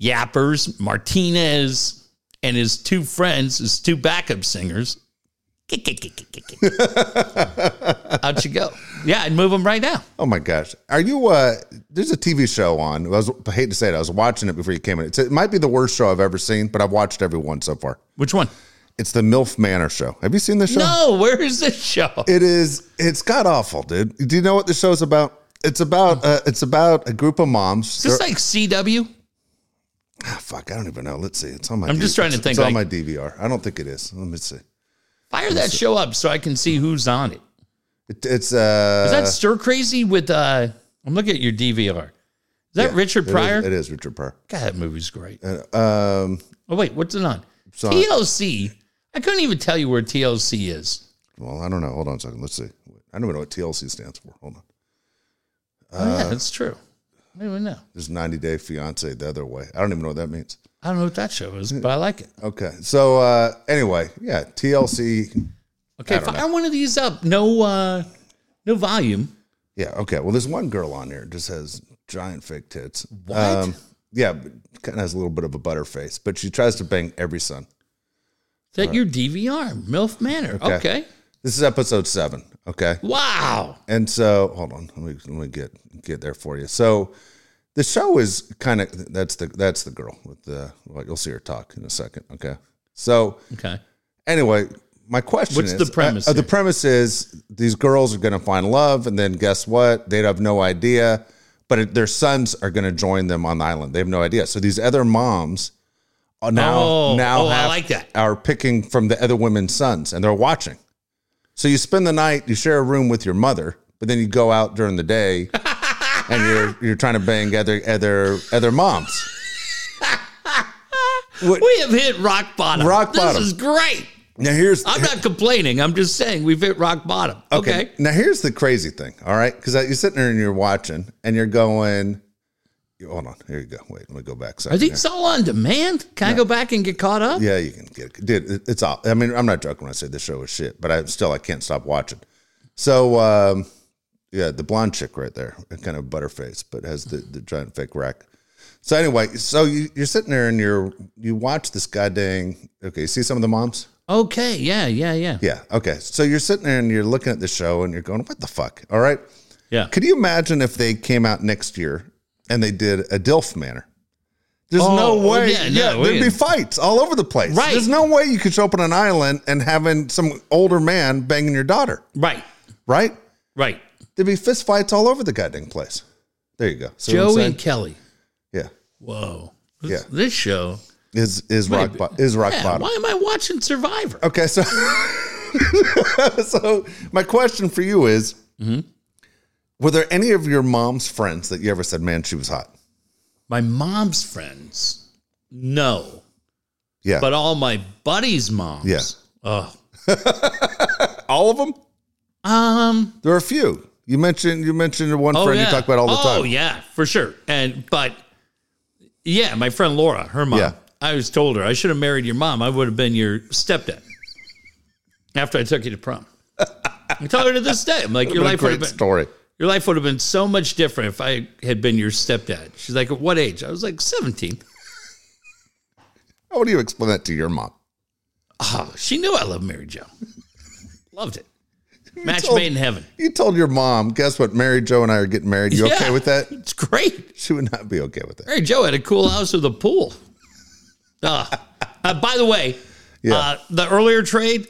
B: yappers, Martinez and his two friends, his two backup singers. Kick, kick, kick, kick, kick, kick. Out you go. Yeah, I'd move them right now.
A: Oh my gosh. Are you, uh, there's a TV show on. I, was, I hate to say it. I was watching it before you came in. It's, it might be the worst show I've ever seen, but I've watched every one so far.
B: Which one?
A: It's the MILF Manor show. Have you seen this show?
B: No, where is this show?
A: It is. It's god awful, dude. Do you know what the show's about? It's about. Uh, it's about a group of moms.
B: Is this like CW?
A: Ah, fuck, I don't even know. Let's see. It's on my.
B: I'm just trying to
A: it's-
B: think,
A: It's on
B: like-
A: my DVR. I don't think it is. Let me see.
B: Fire that show up so I can see who's on it.
A: It, it's uh.
B: Is that Stir Crazy with, uh, I'm looking at your DVR. Is that
A: yeah,
B: Richard
A: it is-
B: Pryor?
A: it is Richard Pryor.
B: God, that movie's great.
A: Um,
B: Oh wait, what's it on?
A: on-
B: TLC. I couldn't even tell you where TLC is.
A: well, I don't know. Hold on a second. Let's see. I don't even know what TLC stands for. Hold on.
B: oh
A: Uh,
B: yeah, that's true. I don't even know.
A: There's 90 Day Fiance the other way. I don't even know what that means.
B: I don't know what that show is, but I like it.
A: Okay. So uh, anyway, yeah, TLC.
B: Okay, fire one of these up. No, uh no volume.
A: Yeah. Okay. Well, there's one girl on here just has giant fake tits. What? Um, yeah, kind of has a little bit of a butter face, but she tries to bang every son.
B: Is that your DVR, MILF Manor? Okay.
A: Okay. This is episode seven. Okay.
B: Wow.
A: And so, hold on, let me let me get get there for you. So, the show is kind of that's the that's the girl with the well, you'll see her talk in a second. Okay. So
B: Okay.
A: anyway, my question
B: What's
A: is
B: the premise
A: uh, the
B: here?
A: premise is these girls are going to find love, and then guess what? They'd have no idea, but it, their sons are going to join them on the island. They have no idea. So these other moms are now
B: Oh,
A: now
B: oh, I
A: have-
B: like that.
A: are picking from the other women's sons, and they're watching. So you spend the night, you share a room with your mother, but then you go out during the day, and you're you're trying to bang other other other moms. What-
B: We have hit rock bottom.
A: Rock
B: this
A: bottom.
B: is great.
A: now here's
B: I'm not complaining. I'm just saying we've hit rock bottom. Okay.
A: Now here's the crazy thing. All right, because you're sitting there and you're watching, and you're going, "Hold on, here you go. Wait, let me go back." a
B: Are
A: second
B: these all on demand? Can I go back and get caught up?
A: here. Yeah, you can get, dude. it- It's all. I mean, I'm not joking when I say this show is shit, but I still I can't stop watching. So, um, yeah, the blonde chick right there, kind of butterface, but has the, the giant fake rack. So anyway, so you, you're sitting there and you're you watch this guy dang. Okay, you see some of the moms.
B: Okay. Yeah. Yeah. Yeah.
A: Yeah. Okay. So you're sitting there and you're looking at the show and you're going, "What the fuck?" All right.
B: Yeah.
A: Could you imagine if they came out next year and they did a DILF manor? There's
B: Oh,
A: no way.
B: yeah,
A: Yeah,
B: no, we
A: there'd be
B: didn't.
A: fights all over the place.
B: Right.
A: There's no way you could show up on an island and having some older man banging your daughter,
B: Right.
A: right?
B: Right.
A: There'd be fist fights all over the goddamn place. There you go. See what I'm
B: Joey
A: saying?
B: and Kelly.
A: yeah,
B: Whoa.
A: Yeah.
B: This show.
A: is is rock bo- is rock
B: Yeah,
A: bottom.
B: Why am I watching Survivor?
A: Okay, so so my question for you is:
B: Mm-hmm.
A: Were there any of your mom's friends that you ever said, "Man, she was hot"?
B: My mom's friends. No.
A: Yeah,
B: But all my buddies' moms.
A: Yeah.
B: Oh.
A: all of them.
B: Um.
A: There are a few. You mentioned you mentioned one
B: Oh,
A: friend
B: yeah.
A: you talk about all the
B: oh,
A: time.
B: yeah, for sure. And but yeah, my friend Laura, her mom.
A: Yeah.
B: I always told her I should have married your mom. I would have been your stepdad. After I took you to prom. I tell her to this day. I'm like, your
A: What a
B: life would have
A: great
B: been
A: story.
B: your life would have been so much different if I had been your stepdad. She's like, at what age? I was like, 17.
A: How would you explain that to your mom?
B: Oh, she knew I loved Mary Jo. Loved it. Match
A: told-
B: made in heaven.
A: You told your mom, guess what? Mary Joe and I are getting married. You
B: Yeah.
A: okay with that?
B: It's great.
A: She would not be okay with that.
B: Mary Jo had a cool house with a pool. Uh, uh, by the way,
A: Yeah.
B: uh, the earlier trade,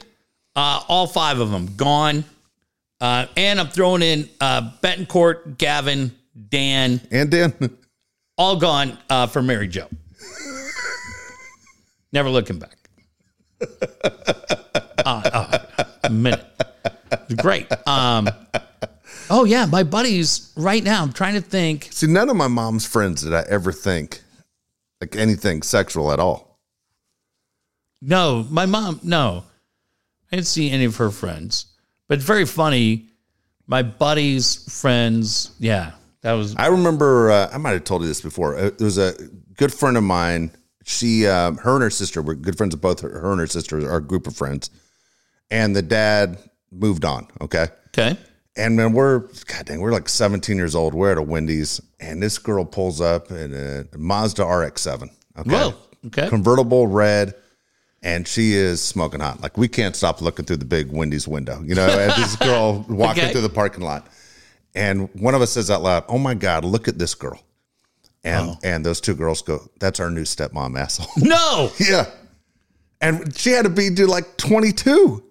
B: uh, all five of them gone. Uh, and I'm throwing in uh, Betancourt, Gavin, Dan,
A: and Dan,
B: all gone uh, for Mary Jo. Never looking back. Uh, uh, minute. Great. Um, oh, yeah. My buddies right now, I'm trying to think.
A: see, none of my mom's friends did I ever think like anything sexual at all.
B: No, my mom, no. I didn't see any of her friends. But it's very funny. My buddies, friends. Yeah. That was,
A: I remember uh, I might have told you this before. Uh, There was a good friend of mine. She, um, her and her sister were good friends. Of both her, her and her sister are a group of friends, and the dad moved on. Okay,
B: okay.
A: and man, we're god dang, we're like 17 years old. We're at a Wendy's, and this girl pulls up in a Mazda RX-7. Okay,
B: Whoa. Okay.
A: convertible red, and she is smoking hot. Like we can't stop looking through the big Wendy's window. You know, as this girl walking
B: Okay.
A: through the parking lot, and one of us says out loud, "Oh my god, look at this girl,"
B: Oh.
A: and and those two girls go, "That's our new stepmom, asshole."
B: No.
A: yeah, and she had to be dude like 22.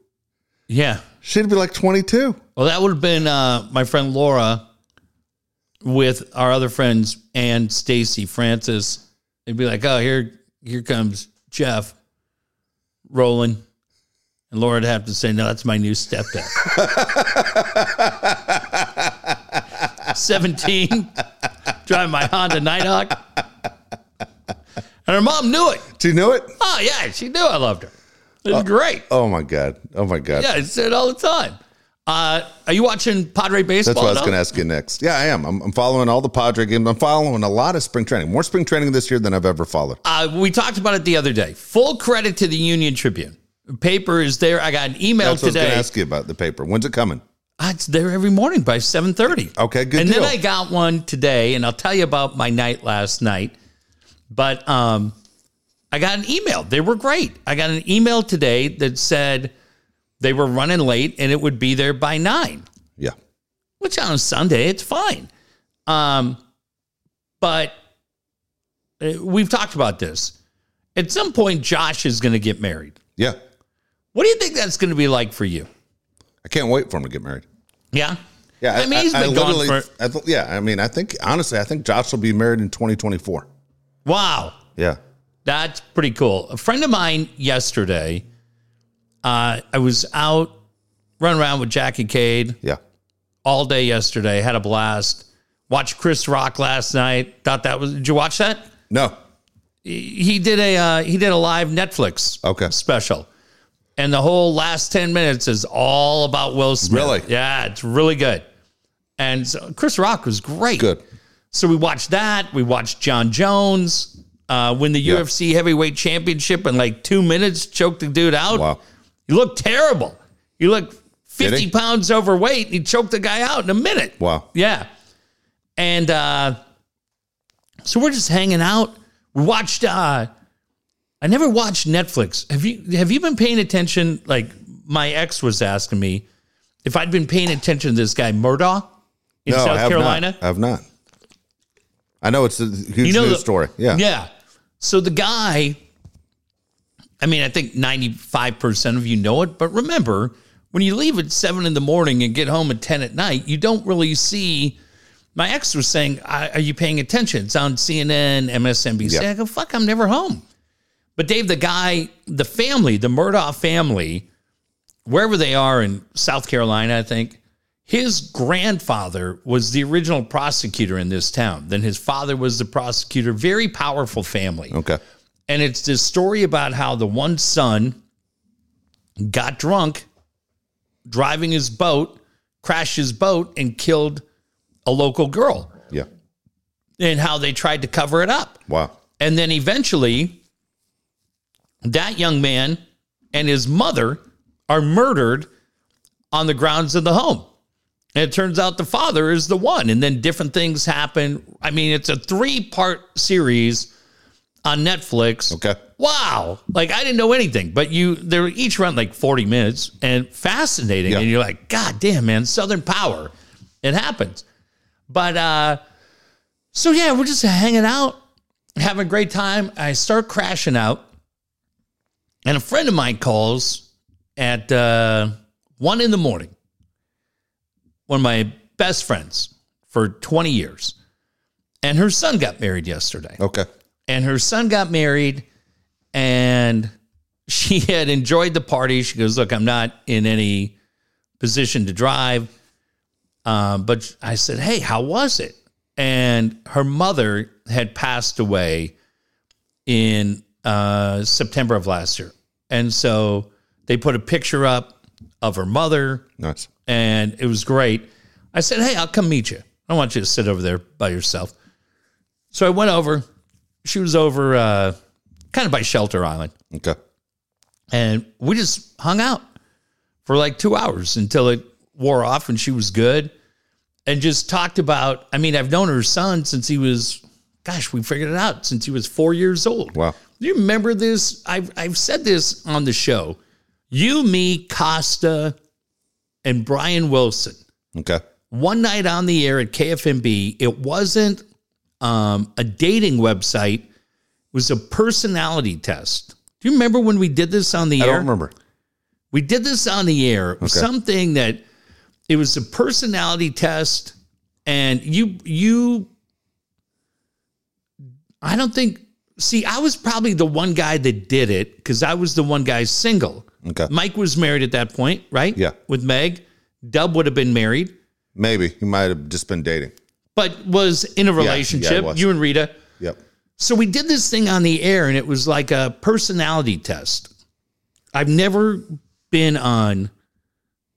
B: Yeah.
A: She had to be like 22.
B: Well, that would have been uh, my friend Laura with our other friends and Stacy Francis. They'd be like, "Oh, here, here comes Jeff, Roland," and Laura'd have to say, "No, that's my new stepdad." Seventeen, driving my Honda Nighthawk, and her mom knew it.
A: Do you know it?
B: Oh yeah, she knew I loved her. It was great.
A: Oh my god. Oh my god.
B: Yeah, I said it all the time. Uh, are you watching Padre baseball?
A: That's what I was
B: now?
A: going to ask you next. Yeah, I am. I'm, I'm following all the Padre games. I'm following a lot of spring training. More spring training this year than I've ever followed.
B: Uh, we talked about it the other day. Full credit to the Union Tribune. Paper is there. I got an email
A: That's what I was going
B: today.
A: to ask you about the paper. When's it coming?
B: Ah, It's there every morning by seven thirty.
A: Okay, Oh, good
B: And
A: deal.
B: then I got one today, and I'll tell you about my night last night. But um, I got an email. They were great. I got an email today that said they were running late and it would be there by nine
A: yeah.
B: which on a Sunday it's fine. Um, but uh, we've talked about this. At some point, Josh is going to get married.
A: Yeah.
B: What do you think that's going to be like for you?
A: I can't wait for him to get married.
B: Yeah,
A: Yeah.
B: I mean, he's been gone
A: literally-
B: for
A: I th- yeah. I mean, I think, honestly, I think Josh will be married in 2024.
B: wow.
A: Yeah.
B: That's pretty cool. A friend of mine yesterday, uh, I was out running around with Jackie Cade.
A: Yeah.
B: all day yesterday. Had a blast. Watched Chris Rock last night. Thought that was. Did you watch that?
A: No.
B: he did a uh, he did a live Netflix
A: Okay.
B: special, and the whole last ten minutes is all about Will Smith.
A: Really?
B: Yeah, it's really good. And so Chris Rock was great.
A: Good.
B: So we watched that. We watched John Jones uh, win the UFC heavyweight championship in like two minutes. Choked the dude out.
A: Wow.
B: He looked terrible. He looked
A: Did
B: fifty
A: he?
B: pounds overweight. And he choked the guy out in a minute.
A: Wow.
B: Yeah. And uh, so we're just hanging out. We watched. Uh, I never watched Netflix. Have you? Have you been paying attention? Like my ex was asking me if I'd been paying attention to this guy Murdaugh in
A: No, I
B: South
A: have
B: Carolina.
A: Not. I have not. I know it's a huge
B: You know
A: news
B: the-
A: story. Yeah.
B: Yeah. So the guy, I mean, I think 95% of you know it, but remember, when you leave at seven in the morning and get home at 10 at night, you don't really see. My ex was saying, I, Are you paying attention? It's on CNN, MSNBC.
A: Yeah.
B: I go, Fuck, I'm never home. But Dave, the guy, the family, the Murdaugh family, wherever they are in South Carolina, I think, his grandfather was the original prosecutor in this town. Then his father was the prosecutor. Very powerful family.
A: Okay.
B: And it's this story about how the one son got drunk, driving his boat, crashed his boat, and killed a local girl,
A: Yeah.
B: and how they tried to cover it up.
A: Wow.
B: And then eventually, that young man and his mother are murdered on the grounds of the home. And it turns out the father is the one. And then different things happen. I mean, it's a three part series on Netflix.
A: Okay.
B: Wow. Like I didn't know anything, but you they were each run like 40 minutes and fascinating.
A: Yeah.
B: And you're like, God damn, man, Southern power. It happens. But uh so yeah, we're just hanging out, having a great time. I start crashing out, and a friend of mine calls at uh one in the morning. One of my best friends for 20 years. And her son got married yesterday
A: Okay.
B: and her son got married and she had enjoyed the party she goes look i'm not in any position to drive um, but i said hey how was it and her mother had passed away in uh, september of last year and so they put a picture up of her mother
A: Nice.
B: and it was great. I said, Hey, I'll come meet you. I don't want you to sit over there by yourself. So I went over. She was over uh, kind of by Shelter Island.
A: Okay.
B: And we just hung out for like two hours until it wore off and she was good and just talked about. I mean, I've known her son since he was, gosh, we figured it out since he was four years old.
A: Wow.
B: Do you remember this? I've, I've said this on the show. You, me, Costa, and Brian Wilson
A: Okay.
B: one night on the air at KFMB. It wasn't um, a dating website; it was a personality test. Do you remember when we did this on the
A: I
B: air?
A: don't remember.
B: We did this on the air. It was Something that it was a personality test, and you you. I don't think. See, I was probably the one guy that did it because I was the one guy single.
A: Okay.
B: Mike was married at that point, right?
A: Yeah.
B: With Meg, Dub would have been married
A: Maybe he might have just been dating.
B: but was in a
A: yeah, I
B: relationship,
A: was.
B: you and Rita.
A: Yep.
B: So we did this thing on the air and it was like a personality test. I've never been on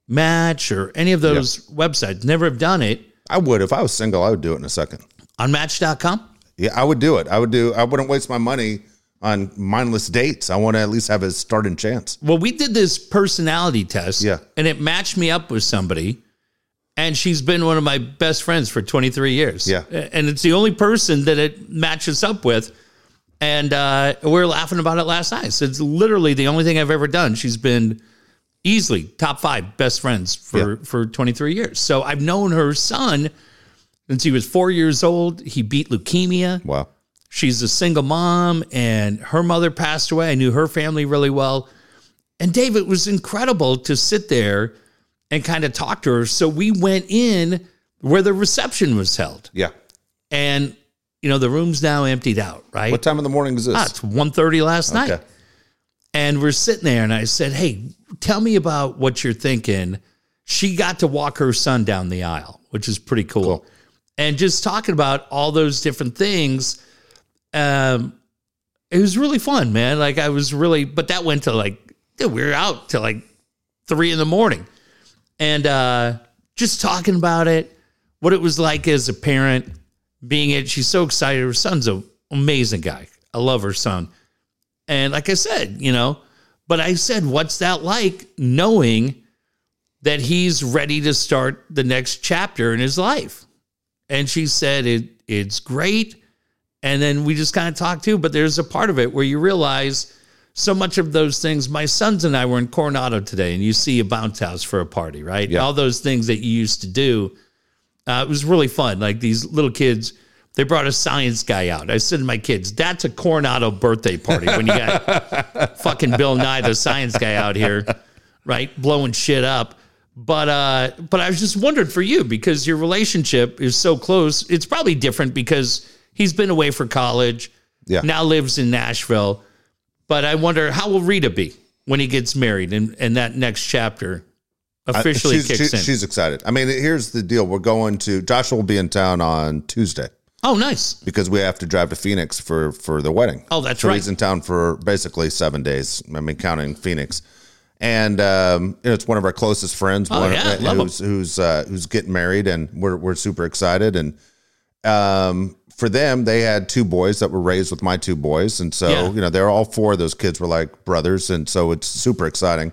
B: Match or any of those websites, never have done it
A: I would if I was single. I would do it in a second.
B: on Match.com.
A: Yeah, I would do it. I would do. I wouldn't waste my money on mindless dates. I want to at least have a starting chance.
B: Well, we did this personality test
A: Yeah.
B: and it matched me up with somebody. and she's been one of my best friends for 23 years.
A: Yeah.
B: And it's the only person that it matches up with. And uh, we were laughing about it last night. So it's literally the only thing I've ever done. She's been easily top five best friends for, for 23 years. So I've known her son since he was four years old. He beat leukemia.
A: Wow.
B: She's a single mom, and her mother passed away. I knew her family really well. And Dave, it was incredible to sit there and kind of talk to her. So we went in where the reception was held.
A: Yeah.
B: And, you know, the room's now emptied out, right?
A: What time in the morning is this?
B: Ah, it's 1.30 last night.
A: Okay.
B: And we're sitting there, and I said, Hey, tell me about what you're thinking. She got to walk her son down the aisle, which is pretty cool. And just talking about all those different things. Um, it was really fun, man. Like, I was really, but that went to like, dude, we were out till like three in the morning. And uh, just talking about it, what it was like as a parent, being it. She's so excited. Her son's an amazing guy. I love her son. And like I said, you know, but I said, what's that like knowing that he's ready to start the next chapter in his life? And she said, it, it's great. And then we just kind of talked too, but there's a part of it where you realize so much of those things. My sons and I were in Coronado today, and you see a bounce house for a party, right? All those things that you used to do. Uh, it was really fun. Like these little kids, they brought a science guy out. I said to my kids, "That's a Coronado birthday party when you got fucking Bill Nye the science guy out here, right, blowing shit up." But uh, but I was just wondering for you because your relationship is so close. It's probably different because he's been away for college.
A: Yeah. Uh,
B: now lives in Nashville. But I wonder how will Rita be when he gets married and and that next chapter officially
A: she's,
B: kicks
A: she-
B: in.
A: she's excited. I mean, here's the deal. We're going to Joshua will be in town on Tuesday
B: oh, nice.
A: because we have to drive to Phoenix for for the wedding.
B: Oh, that's
A: so
B: right.
A: He's in town for basically seven days. I mean, counting Phoenix, and um, you know, it's one of our closest friends.
B: Oh,
A: one-
B: yeah, love 'em.
A: who's who's uh, who's getting married, and we're we're super excited. And um, for them, they had two boys that were raised with my two boys, and so
B: Yeah.
A: you know, they're all four of those kids were like brothers, and so it's super exciting.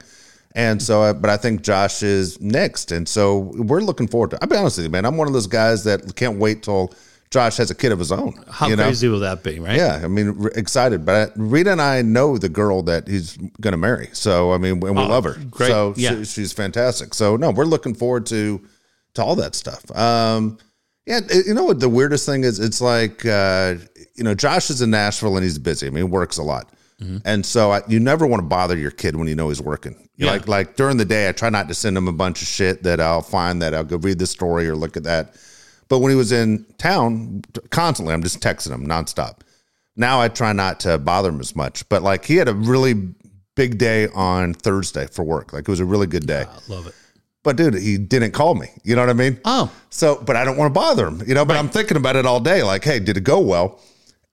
A: And so, uh, but I think Josh is next, and so we're looking forward to. I'll be honest with you, man. I'm one of those guys that can't wait till Josh has a kid of his own.
B: How
A: you know?
B: crazy will that be, right?
A: Yeah, I mean, r excited. But Rita and I know the girl that he's going to marry. So I mean, and we love her.
B: Oh, great.
A: So
B: Yeah.
A: she, she's fantastic. So no, we're looking forward to to all that stuff. Um, yeah, it- you know what the weirdest thing is? It's like uh, you know, Josh is in Nashville and he's busy. I mean, he works a lot.
B: Mm-hmm.
A: And so I, you never want to bother your kid when you know he's working.
B: Yeah.
A: Like like during the day, I try not to send him a bunch of shit that I'll find that I'll go read this story or look at that. But when he was in town, constantly, I'm just texting him nonstop. Now I try not to bother him as much. But like he had a really big day on Thursday for work. Like it was a really good day.
B: I love it.
A: But dude, he didn't call me. You know what I mean?
B: Oh,
A: So, but I don't want to bother him, you know. But I'm thinking about it all day. Like, hey, did it go well?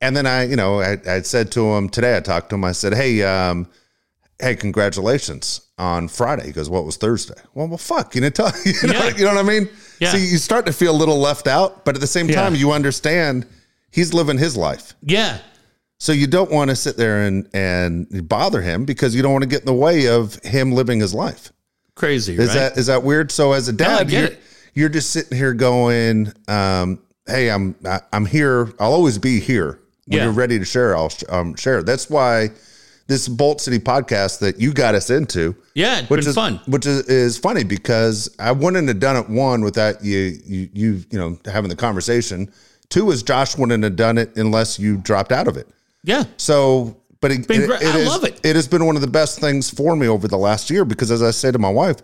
A: And then I, you know, I, I said to him today. I talked to him. I said, hey, um, hey, congratulations on Friday. He goes, what was Thursday? Well, well, fuck, you didn't tell. You know,
B: Yeah.
A: you know what I mean?
B: Yeah.
A: So you start to feel a little left out, but at the same
B: Yeah.
A: time, you understand he's living his life.
B: yeah.
A: So you don't want to sit there and and bother him because you don't want to get in the way of him living his life.
B: Crazy,
A: Is
B: right?
A: that is that weird? So as a
B: I
A: dad,
B: get
A: you're,
B: it.
A: you're just sitting here going, um, "Hey, I'm I, I'm here. I'll always be here. When
B: Yeah.
A: you're ready to share, I'll sh- um, share." That's why this Bolt City podcast that you got us into,
B: yeah, it's
A: which
B: been
A: is
B: fun.
A: which is, is funny because I wouldn't have done it one without you you you you know having the conversation. Two is Josh wouldn't have done it unless you dropped out of it.
B: Yeah.
A: So, but it,
B: Been
A: it-
B: great.
A: it
B: I
A: is-
B: love it.
A: It has been one of the best things for me over the last year because, as I say to my wife,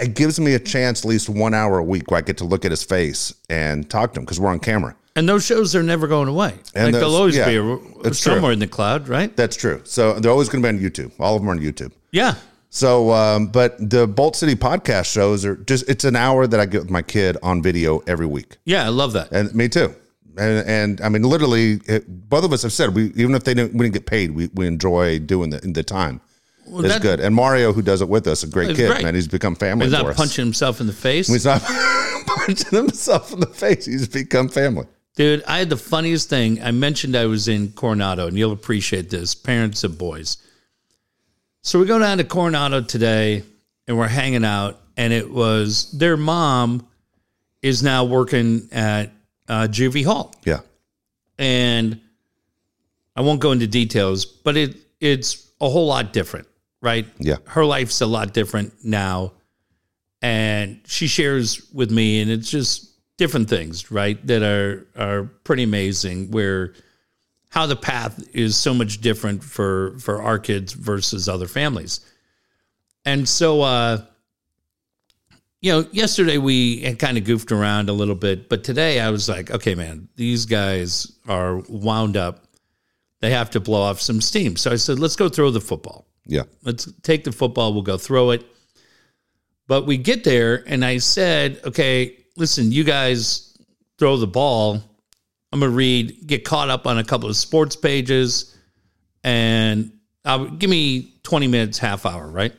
A: it gives me a chance, at least one hour a week, where I get to look at his face and talk to him because we're on camera.
B: And those shows are never going away. like
A: those-
B: they'll always
A: yeah,
B: be a,
A: that's true.
B: somewhere in the cloud, right?
A: That's true. So they're always going to be on YouTube. All of them are on YouTube.
B: Yeah.
A: So, um, but the Bolt City podcast shows are just—it's an hour that I get with my kid on video every week.
B: Yeah, I love that.
A: and me too. And, and I mean, literally, it, both of us have said we even if they didn't we didn't get paid, we, we enjoy doing the the time. it's
B: that-
A: good. And Mario, who does it with us, a great
B: It's
A: kid,
B: great.
A: man. He's become family
B: He's
A: for
B: not
A: us.
B: punching himself in the face.
A: He's not punching himself in the face. He's become family.
B: Dude, I had the funniest thing. I mentioned I was in Coronado, and you'll appreciate this, parents of boys. So we go down to Coronado today, and we're hanging out, and it was their mom is now working at uh, Juvie Hall.
A: Yeah.
B: and I won't go into details, but it it's a whole lot different, right?
A: Yeah.
B: Her life's a lot different now. And she shares with me and it's just different things, right, that are are pretty amazing where how the path is so much different for for our kids versus other families. And so uh you know, yesterday we had kind of goofed around a little bit, but today I was like, okay, man, these guys are wound up. They have to blow off some steam. So I said, let's go throw the football.
A: Yeah.
B: Let's take the football. We'll go throw it. But we get there, and I said, okay, listen, you guys throw the ball. I'm going to read, get caught up on a couple of sports pages, and uh, give me 20 minutes, half hour, right?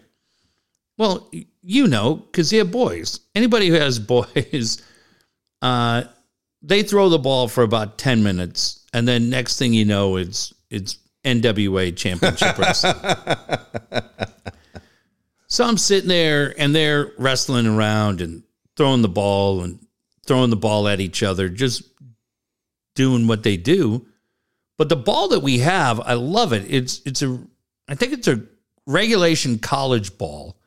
B: Well, y- you know, because you have boys. Anybody who has boys, uh, they throw the ball for about 10 minutes, and then next thing you know, it's it's NWA championship wrestling. So I'm sitting there and they're wrestling around and throwing the ball and throwing the ball at each other, just doing what they do. But the ball that we have, I love it. It's it's a I think it's a regulation college ball,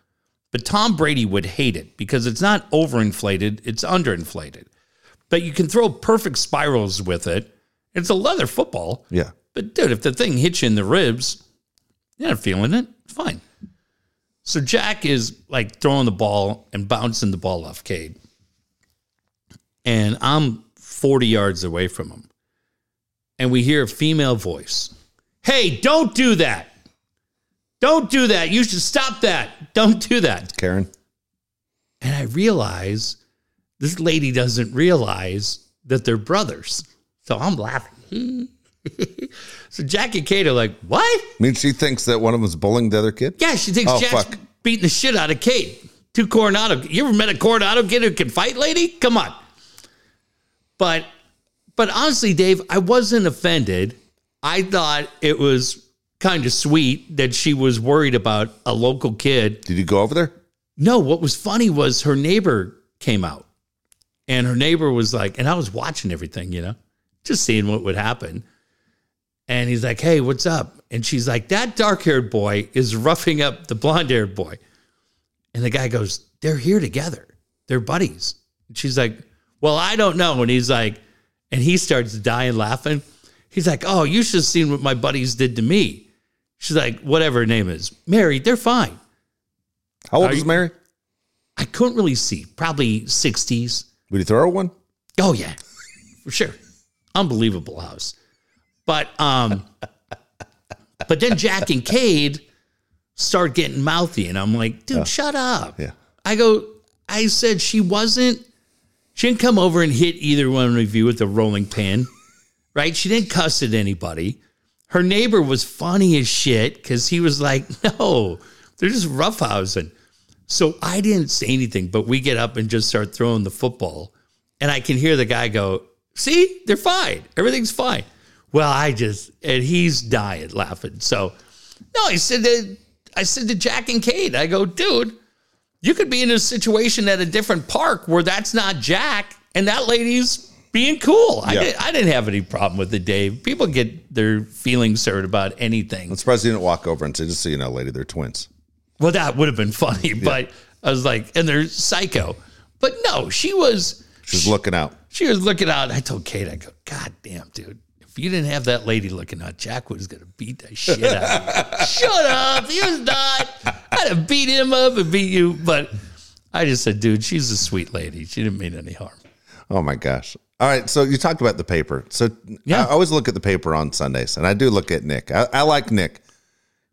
B: but Tom Brady would hate it because it's not overinflated, it's underinflated. But you can throw perfect spirals with it. It's a leather football.
A: Yeah.
B: But dude, if the thing hits you in the ribs, you're not feeling it. It's fine. So Jack is like throwing the ball and bouncing the ball off Cade. And I'm 40 yards away from him. And we hear a female voice. Hey, don't do that. Don't do that. You should stop that. Don't do that.
A: Karen.
B: And I realize this lady doesn't realize that they're brothers. So I'm laughing. so Jack and Kate are like, what?
A: I mean, she thinks that one of them's bullying the other kid.
B: Yeah, she thinks
A: Oh,
B: Jack's
A: fuck.
B: beating the shit out of Kate. Two Coronado. You ever met a Coronado kid who can fight, lady? Come on. But but honestly, Dave, I wasn't offended. I thought it was kind of sweet that she was worried about a local kid
A: Did you go over there?
B: no, what was funny was her neighbor came out and her neighbor was like, and I was watching everything, you know, just seeing what would happen. And he's like, hey, what's up? And she's like, that dark haired boy is roughing up the blonde haired boy. And the guy goes, they're here together. They're buddies. And she's like, well, I don't know. And he's like, and he starts dying laughing. He's like, oh, you should have seen what my buddies did to me. She's like, whatever her name is, Mary, they're fine.
A: How old
B: Are
A: is
B: you-
A: Mary?
B: I couldn't really see, probably 60s.
A: Would you throw her one?
B: Oh yeah, for sure. Unbelievable house. But um, but then Jack and Cade start getting mouthy, and I'm like, dude, shut up.
A: Yeah.
B: I go, I said she wasn't. She didn't come over and hit either one of you with a rolling pin, right? She didn't cuss at anybody. Her neighbor was funny as shit because he was like, no, they're just roughhousing. So I didn't say anything, but we get up and just start throwing the football. And I can hear the guy go, see, they're fine. Everything's fine. Well, I just, and he's dying laughing. So, no, I said to, I said to Jack and Kate, I go, dude, you could be in a situation at a different park where that's not Jack and that lady's being cool. I,
A: Yeah.
B: didn't, I didn't have any problem with it, Dave. People get their feelings hurt about anything.
A: I'm surprised you didn't walk over and say, just so you know, lady, they're twins.
B: Well, that would have been funny, but I was like, and they're psycho. But no, she was
A: She's looking out.
B: she was looking out. I told Kate, I go, God damn, dude. If you didn't have that lady looking out, Jack was gonna beat the shit out of you. Shut up. He was not. I'd have beat him up and beat you. But I just said, dude, she's a sweet lady. She didn't mean any harm.
A: Oh my gosh. All right. So you talked about the paper. So
B: Yeah.
A: I always look at the paper on Sundays and I do look at Nick. I, I like Nick.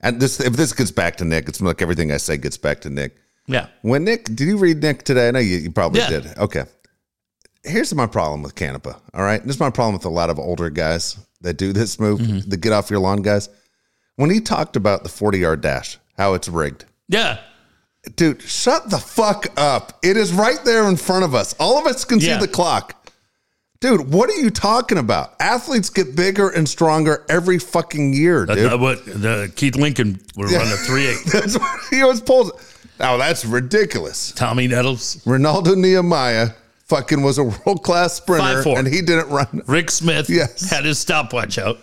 A: And this, if this gets back to Nick, it's like everything I say gets back to Nick.
B: Yeah.
A: When Nick, did you read Nick today? I know you, you probably
B: Yeah.
A: did. Okay. Here's my problem with Canapa. All right. This is my problem with a lot of older guys that do this move,
B: Mm-hmm.
A: the get off your lawn guys. When he talked about the 40 yard dash, how it's rigged,
B: Yeah.
A: dude, shut the fuck up. It is right there in front of us. All of us can
B: Yeah.
A: see the clock. Dude, what are you talking about? Athletes get bigger and stronger every fucking year, dude.
B: Uh, what the Keith Lincoln would run a three eight.
A: That's what he always pulls. Oh, that's ridiculous.
B: Tommy Nettles.
A: Ronaldo Nehemiah, fucking was a world class sprinter,
B: 5'4".
A: and he didn't run.
B: Rick Smith
A: Yes.
B: had his stopwatch out.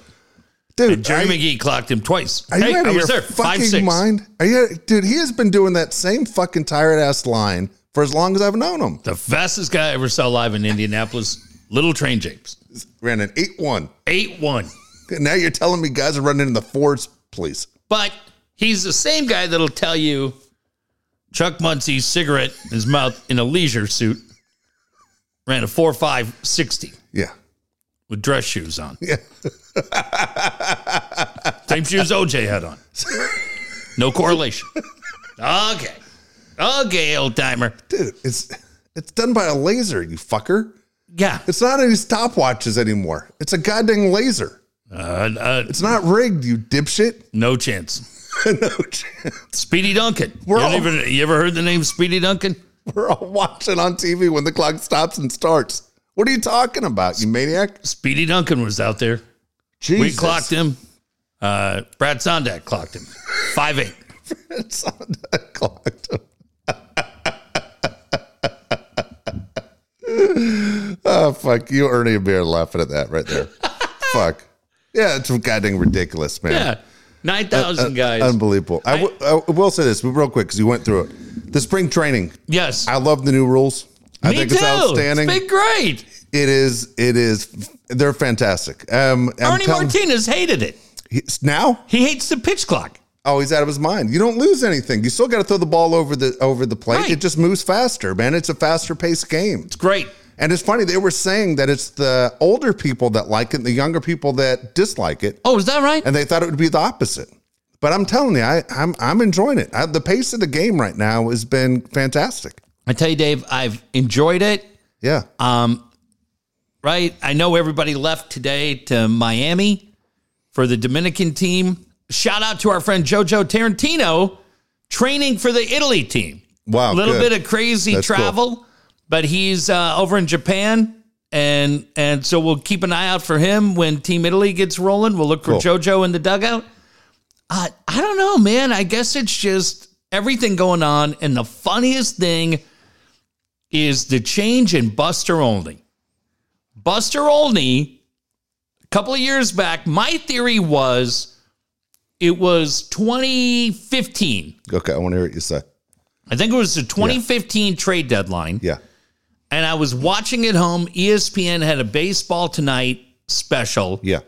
A: Dude,
B: Jerry
A: are you-
B: McGee clocked him twice.
A: Are you
B: hey,
A: out
B: I
A: of
B: was
A: your
B: there. Five
A: fucking
B: six.
A: mind? Are you, dude, he has been doing that same fucking tired ass line for as long as I've known him.
B: The fastest guy I ever saw live in Indianapolis, Little Train James.
A: Ran an eight one.
B: Eight one.
A: Now you're telling me guys are running in the fours, please.
B: But he's the same guy that'll tell you Chuck Muncie's cigarette in his mouth in a leisure suit ran a four five sixty
A: Yeah,
B: with dress shoes on.
A: yeah.
B: Same shoes OJ had on. No correlation. Okay. Okay, old timer.
A: Dude, it's it's done by a laser, you fucker.
B: Yeah.
A: It's not any stopwatches anymore. It's a goddamn laser.
B: Uh, uh,
A: It's not rigged, you dipshit.
B: no chance.
A: no chance.
B: Speedy Duncan.
A: We're
B: you, don't
A: all-
B: even- you ever heard the name Speedy Duncan?
A: We're all watching on TV when the clock stops and starts. What are you talking about, you maniac?
B: Speedy Duncan was out there.
A: Jesus.
B: We clocked him. Uh, Brad Sondak clocked him. Five eight.
A: It's on the clock. oh fuck! You earn a beer laughing at that right there. fuck. Yeah, it's goddamn ridiculous, man. Uh,
B: Yeah. 9,000 guys.
A: Unbelievable. I, w- I will say this real quick because you went through it. The spring training.
B: yes.
A: I love the new rules. I
B: Me
A: think
B: too.
A: it's outstanding.
B: It's been great.
A: It is. It is. They're fantastic. Um, I'm
B: Ernie
A: telling-
B: Martinez hated it.
A: he's- now.
B: He hates the pitch clock.
A: Oh, he's out of his mind. You don't lose anything. You still got to throw the ball over the over the plate.
B: Right.
A: It just moves faster, man. It's a faster paced game.
B: It's great.
A: And it's funny they were saying that it's the older people that like it, and the younger people that dislike it,
B: Oh, is that right?
A: and they thought it would be the opposite. But I'm telling you, I, I'm I'm enjoying it. I, the pace of the game right now has been fantastic.
B: I tell you, Dave, I've enjoyed it.
A: Yeah,
B: Um, right. I know everybody left today to Miami for the Dominican team. Shout out to our friend Jojo Tarantino training for the Italy team.
A: wow.
B: A little
A: good.
B: bit of crazy
A: That's cool.
B: travel, but he's uh, over in Japan, and and so we'll keep an eye out for him when Team Italy gets rolling. We'll look for
A: Cool.
B: JoJo in the dugout. Uh, I don't know, man. I guess it's just everything going on, and the funniest thing is the change in Buster Olney. Buster Olney, a couple of years back, my theory was it was 2015
A: okay, I want to hear what you say.
B: I think it was the 2015 trade deadline,
A: Yeah,
B: and I was watching at home. E ESPN had a baseball tonight special,
A: yeah,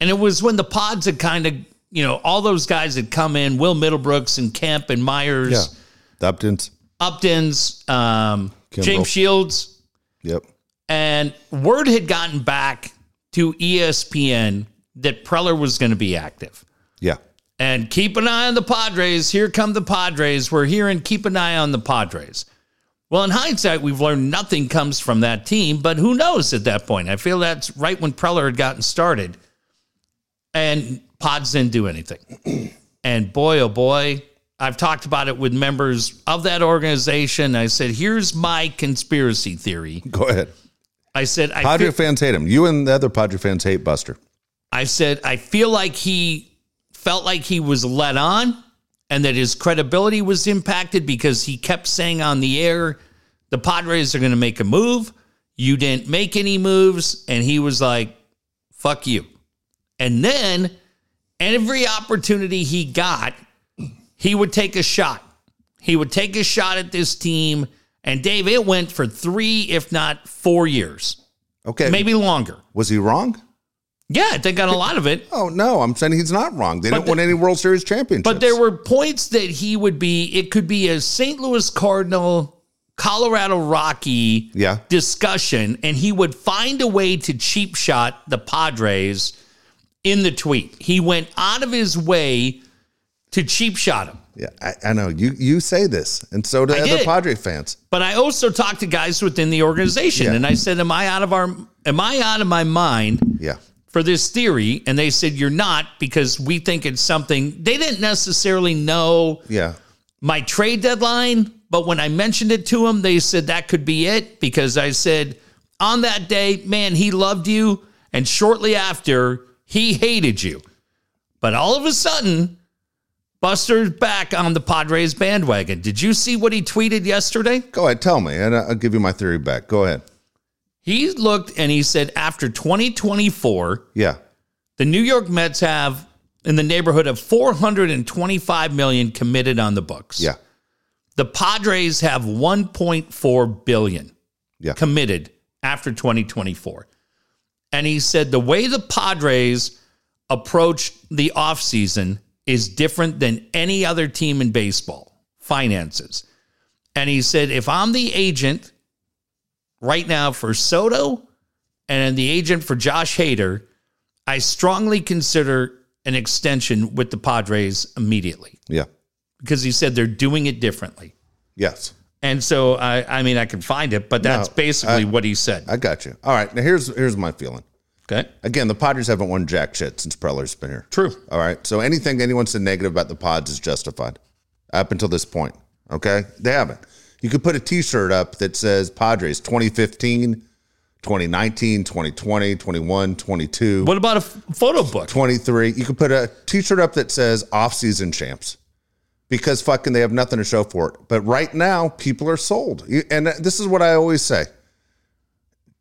B: and it was when the pods had kind of, you know, all those guys had come in Will Middlebrooks and Kemp and Myers,
A: yeah. The Uptons.
B: Upton's, um,
A: Kimbrel.
B: James Shields.
A: Yep.
B: And word had gotten back to E ESPN that Preller was going to be active.
A: Yeah.
B: and keep an eye on the Padres. Here come the Padres. We're here and keep an eye on the Padres. Well, in hindsight, we've learned nothing comes from that team, but who knows at that point? I feel that's right when Preller had gotten started, and Pods didn't do anything. and boy, oh boy, I've talked about it with members of that organization. I said, here's my conspiracy theory.
A: Go ahead.
B: I said, I
A: Padre
B: feel-
A: fans hate him. You and the other Padre fans hate Buster.
B: I said, I feel like he felt like he was let on and that his credibility was impacted because he kept saying on the air, the Padres are going to make a move. You didn't make any moves. And he was like, fuck you. And then every opportunity he got, he would take a shot. He would take a shot at this team. And Dave, it went for three, if not four years,
A: Okay.
B: maybe longer.
A: Was he wrong?
B: Yeah, they got a lot of it.
A: Oh no, I'm saying he's not wrong. They don't win any World Series championships.
B: But there were points that he would be, it could be a St. Louis Cardinal, Colorado Rocky
A: yeah,
B: discussion, and he would find a way to cheap shot the Padres in the tweet. He went out of his way to cheap shot him.
A: yeah. I, I know you. You say this, and so do other
B: did.
A: Padre fans.
B: But I also talked to guys within the organization,
A: Yeah.
B: and I said, Am I out of our am I out of my mind?
A: Yeah,
B: for this theory and they said you're not because we think it's something they didn't necessarily know
A: yeah.
B: my trade deadline but when i mentioned it to them they said that could be it because i said on that day man he loved you and shortly after he hated you but all of a sudden Buster's back on the Padres bandwagon. Did you see what he tweeted yesterday?
A: Go ahead, tell me, and I'll give you my theory back. Go ahead.
B: He looked and he said after 2024,
A: Yeah.
B: the New York Mets have in the neighborhood of 425 million committed on the books.
A: Yeah.
B: The Padres have 1.4 billion
A: Yeah.
B: committed after 2024. And he said the way the Padres approach the offseason is different than any other team in baseball, finances. And he said, if I'm the agent right now for Soto and the agent for Josh Hader, I strongly consider an extension with the Padres immediately
A: Yeah.
B: because he said they're doing it differently.
A: Yes.
B: And so I, I mean, I can find it, but that's
A: No,
B: basically what he said.
A: I got you. All right. Now here's here's my feeling.
B: okay,
A: Again, the Padres haven't won jack shit since Preller's been here.
B: true.
A: All right. So anything anyone said negative about the pods is justified up until this point. Okay. They haven't. You could put a t shirt up that says Padres 2015, 2019, 2020, 21, 22,
B: What about a f- photo book?
A: 23. You could put a t shirt up that says off-season champs because fucking they have nothing to show for it. But right now, people are sold. You- And this is what I always say.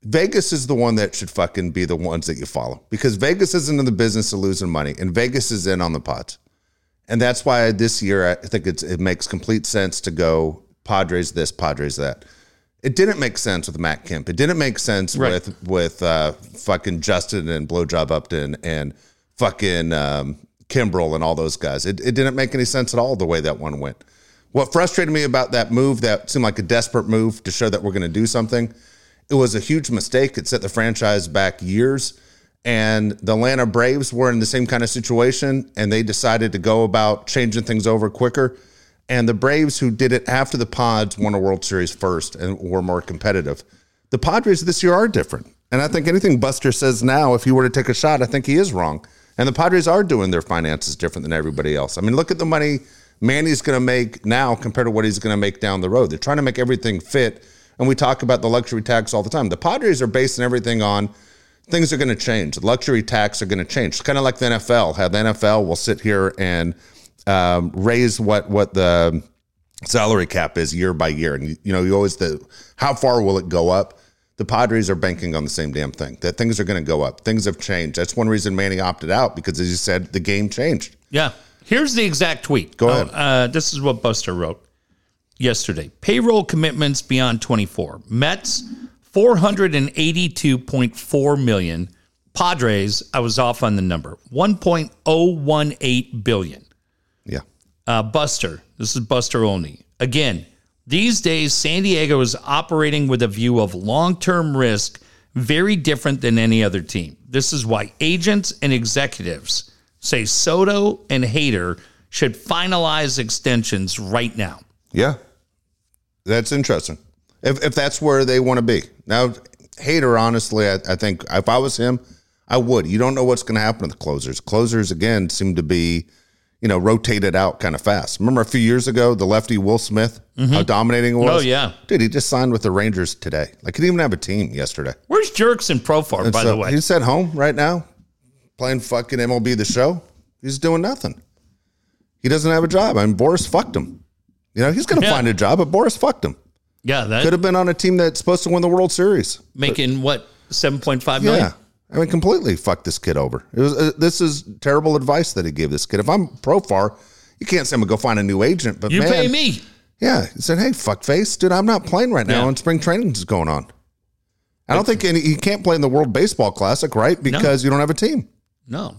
A: Vegas is the one that should fucking be the ones that you follow because Vegas isn't in the business of losing money and Vegas is in on the pods. And that's why this year I think it's, it makes complete sense to go Padres this, Padres that. It didn't make sense with Matt Kemp. It didn't make sense
B: Right.
A: with with uh, fucking Justin and Blowjob Upton and fucking um, Kimbrel and all those guys. It, it didn't make any sense at all the way that one went. What frustrated me about that move that seemed like a desperate move to show that we're going to do something it was a huge mistake. It set the franchise back years. And the Atlanta Braves were in the same kind of situation, and they decided to go about changing things over quicker. And the Braves, who did it after the Pods, won a World Series first and were more competitive. The Padres this year are different. And I think anything Buster says now, if he were to take a shot, I think he is wrong. And the Padres are doing their finances different than everybody else. I mean, look at the money Manny's going to make now compared to what he's going to make down the road. They're trying to make everything fit. And we talk about the luxury tax all the time. The Padres are basing everything on things are going to change. The luxury tax are going to change. It's kind of like the NFL. How the NFL will sit here and um, raise what what the salary cap is year by year. And you know, you always the how far will it go up? The Padres are banking on the same damn thing that things are going to go up. Things have changed. That's one reason Manny opted out because, as you said, the game changed.
B: Yeah. Here's the exact tweet.
A: Go ahead.
B: Oh, uh, this is what Buster wrote yesterday. Payroll commitments beyond 24. Mets 482.4 million. Padres, I was off on the number. 1.018 billion.
A: Yeah,
B: Uh, Buster, this is Buster Olney. Again, these days, San Diego is operating with a view of long term risk very different than any other team. This is why agents and executives say Soto and Hader should finalize extensions right now.
A: yeah, that's interesting. If if that's where they want to be now, Hater, honestly, I, I think if I was him, I would. You don't know what's going to happen to the closers. Closers again seem to be you know, rotated out kind of fast. Remember a few years ago, the lefty Will Smith, how dominating it was?
B: Oh, yeah.
A: Dude, he just signed with the Rangers today. Like, he didn't even have a team yesterday.
B: Where's Jerks and Profar, by
A: So
B: the way?
A: he's at home right now playing fucking MLB the show. He's doing nothing. He doesn't have a job. I mean, Boris fucked him. You know, he's going to
B: Yeah.
A: find a job, but Boris fucked him.
B: Yeah,
A: Could
B: that
A: have been on a team that's supposed to win the World Series.
B: making what, 7.5 million?
A: Yeah. I mean, completely fucked this kid over. It was, uh, this is terrible advice that he gave this kid. If I'm Profar, you can't say I'm going to go find a new agent, but
B: You
A: man,
B: pay me.
A: yeah, he said, "Hey, fuckface, dude, I'm not playing right now,
B: Yeah.
A: and spring training is going on. I don't think any, he can't play in the World Baseball Classic, right? Because you don't have a team.
B: No.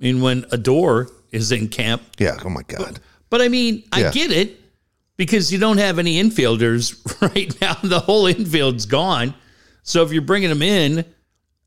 B: I mean, when Adore is in camp,
A: Yeah. Oh my god.
B: But I mean,
A: Yeah.
B: I get it because you don't have any infielders right now. The whole infield's gone. So if you're bringing them in,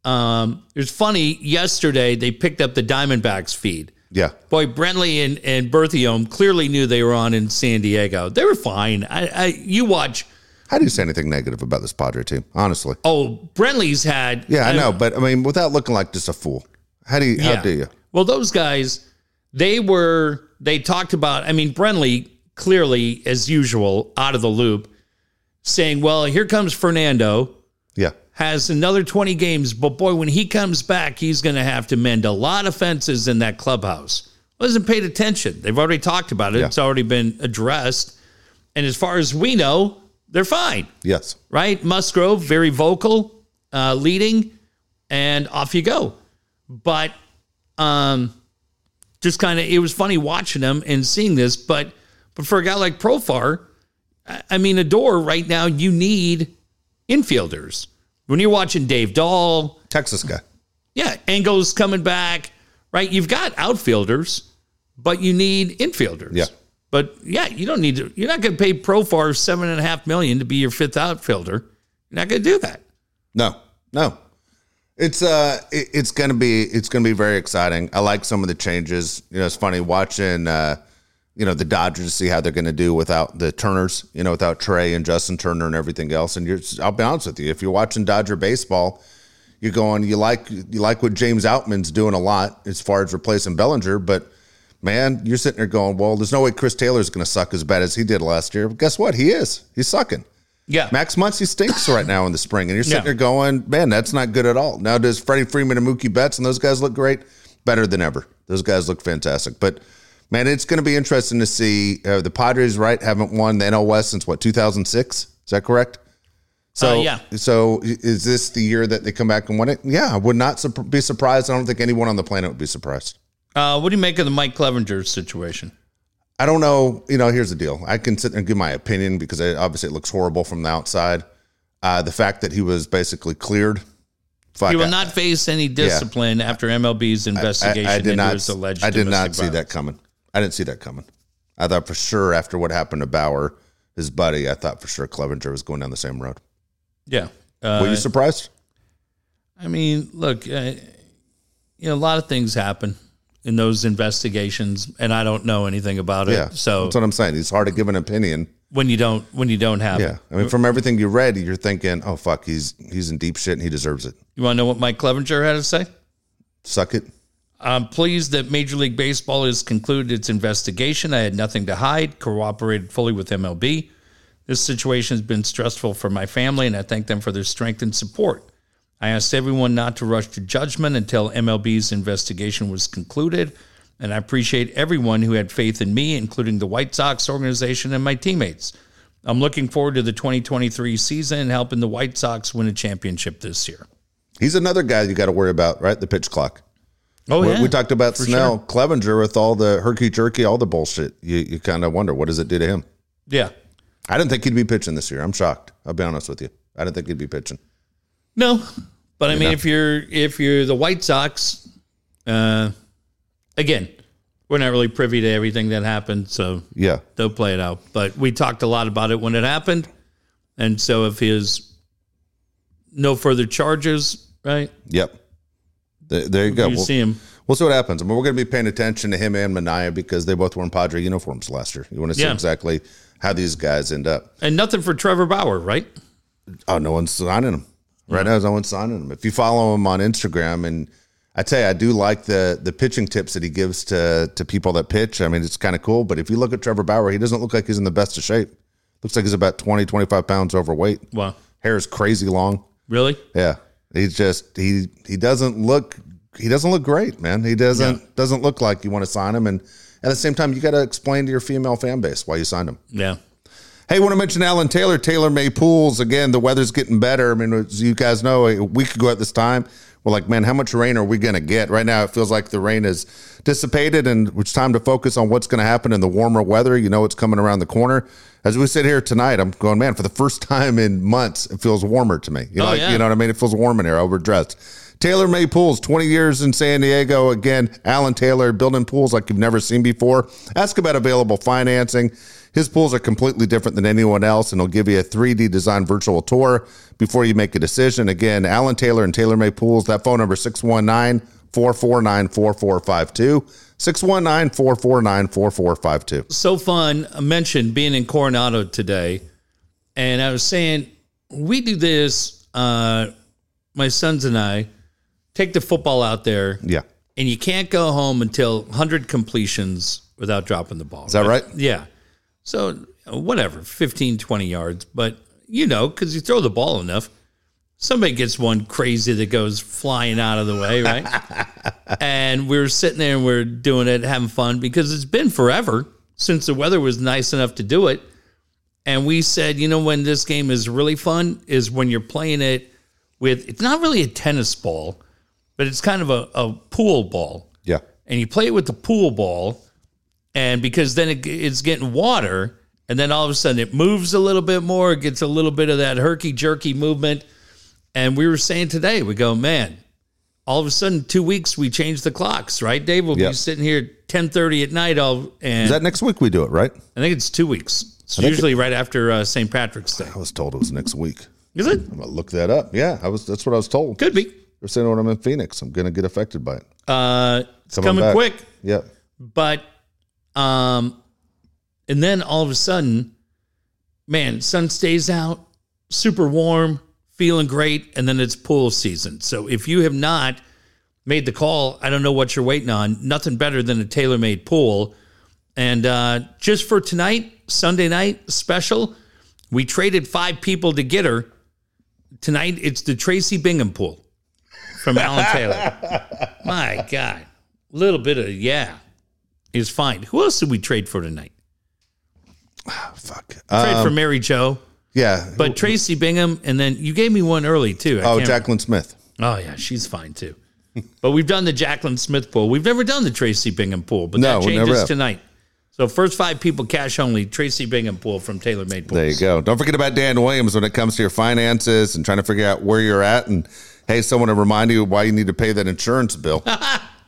B: um, it's funny. Yesterday they picked up the Diamondbacks feed.
A: Yeah.
B: Boy, Brentley and and Berthiaume clearly knew they were on in San Diego. They were fine. I, I you watch.
A: How do you say anything negative about this Padre team? Honestly.
B: Oh, Brentley's had.
A: Yeah, I know, but I mean, without looking like just a fool. How do you? How do you?
B: Well, those guys, they were they talked about. I mean, Brenly clearly, as usual, out of the loop, saying, "Well, here comes Fernando,
A: Yeah.
B: has another twenty games, but boy, when he comes back, he's going to have to mend a lot of fences in that clubhouse." wasn't paid attention. They've already talked about it.
A: Yeah.
B: It's already been addressed. And as far as we know, they're fine,
A: Yes.
B: right? Musgrove, very vocal, uh, leading, and off you go. But um, just kind of, it was funny watching him and seeing this. But but for a guy like Profar, I, I mean, Adore right now, you need infielders. When you're watching Dave Dahl,
A: Texas guy.
B: yeah, Engel's coming back, right? You've got outfielders, but you need infielders.
A: Yeah.
B: But yeah, you don't need to. You're not going to pay Profar seven and a half million to be your fifth outfielder. You're not going to do that.
A: No, no. It's uh, it, it's gonna be it's gonna be very exciting. I like some of the changes. You know, it's funny watching uh, you know, the Dodgers see how they're gonna do without the Turners. You know, without Trey and Justin Turner and everything else. And you're, I'll be honest with you, if you're watching Dodger baseball, you're going, you like you like what James Outman's doing a lot as far as replacing Bellinger, but. Man, you're sitting there going, well, there's no way Chris Taylor's going to suck as bad as he did last year. But guess what? He is. He's sucking.
B: Yeah.
A: Max Muncy stinks right now in the spring, and you're sitting
B: Yeah.
A: there going, "Man, that's not good at all." Now, does Freddie Freeman and Mookie Betts and those guys look great? Better than ever. Those guys look fantastic. But man, it's going to be interesting to see. Uh, the Padres, right, haven't won the NL West since what 2006? Is that correct? So
B: Uh, yeah.
A: So i- is this the year that they come back and win it? Yeah, I would not sur- be surprised. I don't think anyone on the planet would be surprised.
B: Uh, what do you make of the Mike Clevenger situation?
A: I don't know. You know, here's the deal. I can sit there and give my opinion because it, obviously it looks horrible from the outside. Uh, the fact that he was basically cleared. Fuck,
B: He
A: I-
B: will not face any discipline after MLB's investigation into his alleged
A: I did not
B: domestic
A: see
B: violence.
A: that coming. I didn't see that coming. I thought for sure after what happened to Bauer, his buddy, I thought for sure Clevenger was going down the same road.
B: Yeah. Uh,
A: Were you surprised?
B: I mean, look, uh, you know, a lot of things happen in those investigations, and I don't know anything about it.
A: Yeah.
B: So
A: that's what I'm saying. It's hard to give an opinion.
B: when you don't when you don't have
A: Yeah.
B: it.
A: I mean, from everything you read, you're thinking, oh fuck, he's he's in deep shit and he deserves it.
B: You want to know what Mike Clevenger had to say?
A: Suck it.
B: I'm pleased that Major League Baseball has concluded its investigation. I had nothing to hide, cooperated fully with MLB. This situation has been stressful for my family, and I thank them for their strength and support. I asked everyone not to rush to judgment until MLB's investigation was concluded, and I appreciate everyone who had faith in me, including the White Sox organization and my teammates. I'm looking forward to the 2023 season and helping the White Sox win a championship this year.
A: He's another guy you got to worry about, right? The pitch clock.
B: Oh,
A: We- we talked about Snell, Clevenger with all the herky jerky, all the bullshit. You, you kind of wonder what does it do to him.
B: Yeah.
A: I didn't think he'd be pitching this year. I'm shocked. I'll be honest with you. I didn't think he'd be pitching.
B: No, but I mean, if you're if you're the White Sox, uh, again, we're not really privy to everything that happened, so
A: Yeah,
B: they'll play it out. But we talked a lot about it when it happened, and so if his no further charges, right?
A: yep. There, there you go.
B: You
A: We'll,
B: see him,
A: we'll see what happens. I mean, we're going to be paying attention to him and Mania because they both were in Padre uniforms last year. You want to see
B: Yeah.
A: exactly how these guys end up.
B: and nothing for Trevor Bauer, right?
A: Oh, no one's signing them right now. No one's signing them. If you follow him on Instagram, and I tell you, I do like the the pitching tips that he gives to to people that pitch. I mean, it's kind of cool. But if you look at Trevor Bauer, he doesn't look like he's in the best of shape. Looks like he's about 20, 25 pounds overweight.
B: Well,
A: Hair is crazy long.
B: really?
A: Yeah. He's just he he doesn't look he doesn't look great, man. He doesn't doesn't look like you want to sign him and at the same time you got to explain to your female fan base why you signed him.
B: Yeah.
A: Hey, want to mention Alan Taylor, Taylor May Pools. Again, the weather's getting better. I mean, as you guys know, a week ago at this time, we're like, man, how much rain are we going to get? Right now, it feels like the rain has dissipated and it's time to focus on what's going to happen in the warmer weather. You know, it's coming around the corner. As we sit here tonight, I'm going, man, for the first time in months, it feels warmer to me. You know,
B: Oh,
A: like,
B: yeah.
A: you know what I mean? It feels warm in here, overdressed. Taylor May Pools, 20 years in San Diego. Again, Alan Taylor building pools like you've never seen before. Ask about available financing. His pools are completely different than anyone else, and he'll give you a 3D design virtual tour before you make a decision. Again, Alan Taylor and Taylor May Pools, that phone number 619 449 4452. 619 449 4452.
B: so fun. I mentioned being in Coronado today, and I was saying we do this. Uh, my sons and I take the football out there,
A: Yeah.
B: and you can't go home until 100 completions without dropping the ball.
A: Is that right?
B: Yeah. So whatever, 15, 20 yards, but you know, because you throw the ball enough. somebody gets one crazy that goes flying out of the way, right? and we were sitting there and we are doing it, having fun because it's been forever since the weather was nice enough to do it. And we said, you know, when this game is really fun is when you're playing it with it's not really a tennis ball, but it's kind of a, a pool ball
A: Yeah.
B: and you play it with the pool ball, and because then it, it's getting water, and then all of a sudden it moves a little bit more, it gets a little bit of that herky jerky movement. And we were saying today, we go, man, all of a sudden, two weeks we changed the clocks, right, Dave? We'll
A: Yeah.
B: be sitting here ten thirty at night. All and
A: Is that next week we do it, right?
B: I think it's two weeks. It's usually right after uh, St. Patrick's Day.
A: I was told it was next week.
B: Is it?
A: I'm gonna look that up. Yeah, I was. That's what I was told.
B: Could be.
A: They're saying when I'm in Phoenix, I'm gonna get affected by it.
B: Uh, it's
A: Coming
B: coming
A: back.
B: quick.
A: Yeah.
B: But um and then all of a sudden, man, sun stays out, super warm, feeling great, and then it's pool season. So if you have not made the call, I don't know what you're waiting on. Nothing better than a tailor-made pool. And uh just for tonight, Sunday night special, we traded five people to get her. Tonight it's the Tracy Bingham pool from Alan Taylor. My God. Little bit of yeah is fine. Who else did we trade for tonight?
A: Fuck.
B: Trade
A: Uh,
B: for Mary Jo,
A: yeah.
B: but Tracy Bingham, and then you gave me one early too. I
A: oh,
B: can't-
A: Jacqueline Smith.
B: oh yeah, she's fine too. but we've done the Jacqueline Smith pool. We've never done the Tracy Bingham pool, but
A: No,
B: that
A: we never
B: changes
A: have.
B: tonight. So first five people cash only. Tracy Bingham pool from TaylorMade Pool.
A: There you go. Don't forget about Dan Williams when it comes to your finances and trying to figure out where you're at. And hey, someone to remind you why you need to pay that insurance bill.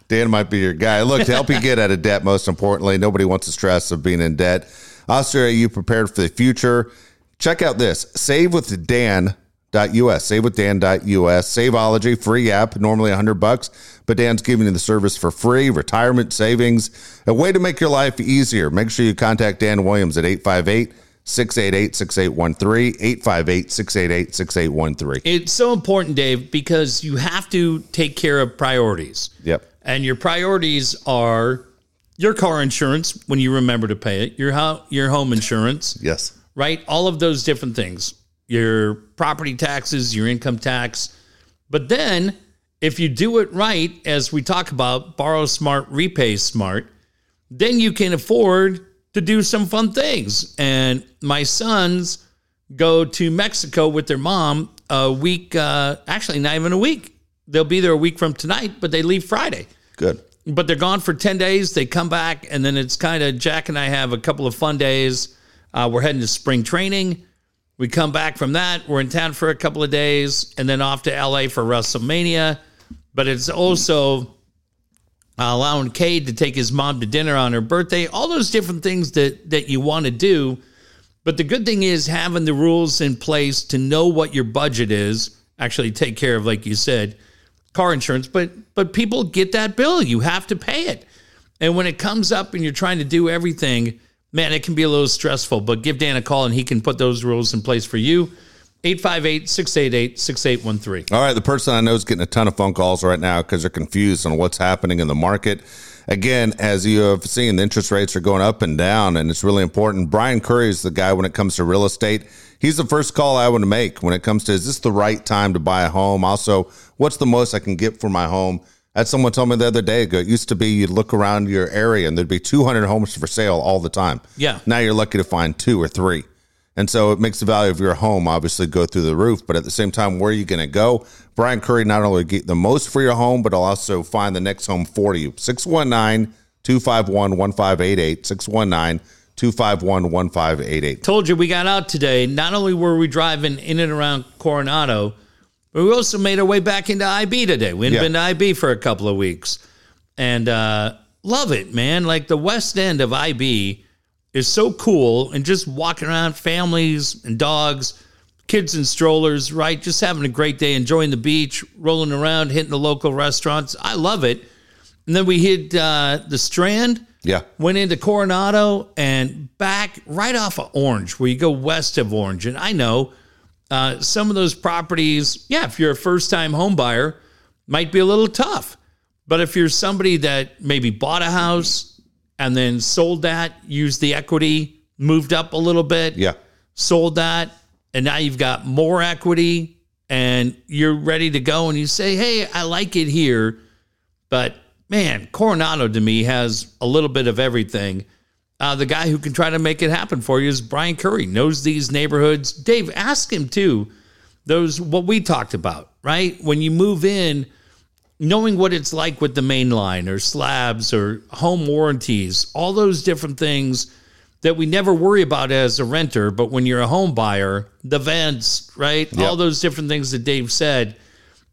A: Dan might be your guy. Look, to help you get out of debt, most importantly, nobody wants the stress of being in debt. Also, are you prepared for the future? Check out this savewithdan.us, savewithdan.us, Saveology, free app, normally 100 bucks, but Dan's giving you the service for free, retirement savings, a way to make your life easier. Make sure you contact Dan Williams at 858 688 6813, 858 688 6813.
B: It's so important, Dave, because you have to take care of priorities.
A: Yep.
B: and your priorities are your car insurance when you remember to pay it, your ho- your home insurance,
A: Yes.
B: right? All of those different things. Your property taxes, your income tax. But then if you do it right, as we talk about, borrow smart, repay smart, then you can afford to do some fun things. And my sons go to Mexico with their mom a week, uh, actually, not even a week. They'll be there a week from tonight, but they leave Friday
A: Good.
B: but they're gone for 10 days. They come back, and then it's kind of Jack and I have a couple of fun days. Uh, we're heading to spring training. We come back from that. We're in town for a couple of days and then off to LA for WrestleMania. But it's also uh, allowing Cade to take his mom to dinner on her birthday, all those different things that, that you want to do. But the good thing is having the rules in place to know what your budget is, actually take care of, like you said, car insurance, but but people get that bill. You have to pay it. And when it comes up and you're trying to do everything, man, it can be a little stressful. But give Dan a call and he can put those rules in place for you. 858 688 6813.
A: All right, the person I know is getting a ton of phone calls right now because they're confused on what's happening in the market. Again, as you have seen, the interest rates are going up and down, and it's really important. Brian Curry is the guy when it comes to real estate. He's the first call I want to make when it comes to is this the right time to buy a home? Also, what's the most I can get for my home? That's someone told me the other day ago. It used to be you'd look around your area and there'd be 200 homes for sale all the time.
B: Yeah.
A: Now you're lucky to find two or three. And so it makes the value of your home obviously go through the roof. But at the same time, where are you going to go? Brian Curry not only get the most for your home, but he'll also find the next home for you. 619 251 1588. 619 251 1588.
B: Told you we got out today. Not only were we driving in and around Coronado, but we also made our way back into IB today. We hadn't
A: Yeah.
B: been to IB for a couple of weeks. And uh, love it, man. Like the West End of IB is so cool and just walking around, families and dogs, kids and strollers, right? Just having a great day, enjoying the beach, rolling around, hitting the local restaurants. I love it. And then we hit uh, the Strand
A: Yeah.
B: went into Coronado and back right off of Orange, where you go west of Orange. And I know uh, some of those properties, yeah, if you're a first time home buyer, might be a little tough. But if you're somebody that maybe bought a house and then sold that, used the equity, moved up a little bit,
A: Yeah.
B: sold that, and now you've got more equity, and you're ready to go and you say, hey, I like it here, but man, Coronado to me has a little bit of everything. Uh, the guy who can try to make it happen for you is Brian Curry, knows these neighborhoods. Dave, ask him too, those what we talked about, right? When you move in, knowing what it's like with the main line or slabs or home warranties, all those different things that we never worry about as a renter, but when you're a home buyer, the vents, right? All those different things that Dave said,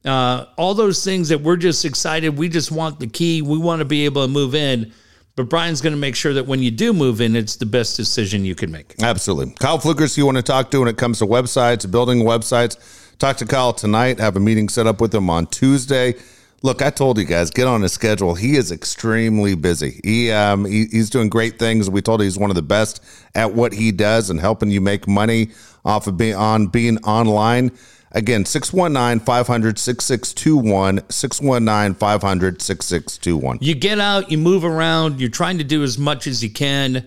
B: uh, all those things that we're just excited. We just want the key. We want to be able to move in. But Brian's going to make sure that when you do move in, it's the best decision you can make.
A: Absolutely. Kyle Flickers, you want to talk to when it comes to websites, building websites. Talk to Kyle tonight. Have a meeting set up with him on Tuesday. Look, I told you guys, get on his schedule. He is extremely busy. He, um, he he's doing great things. We told you he's one of the best at what he does and helping you make money off of being on being online. Again, 619 500 6621, 619 500 6621.
B: You get out, you move around, you're trying to do as much as you can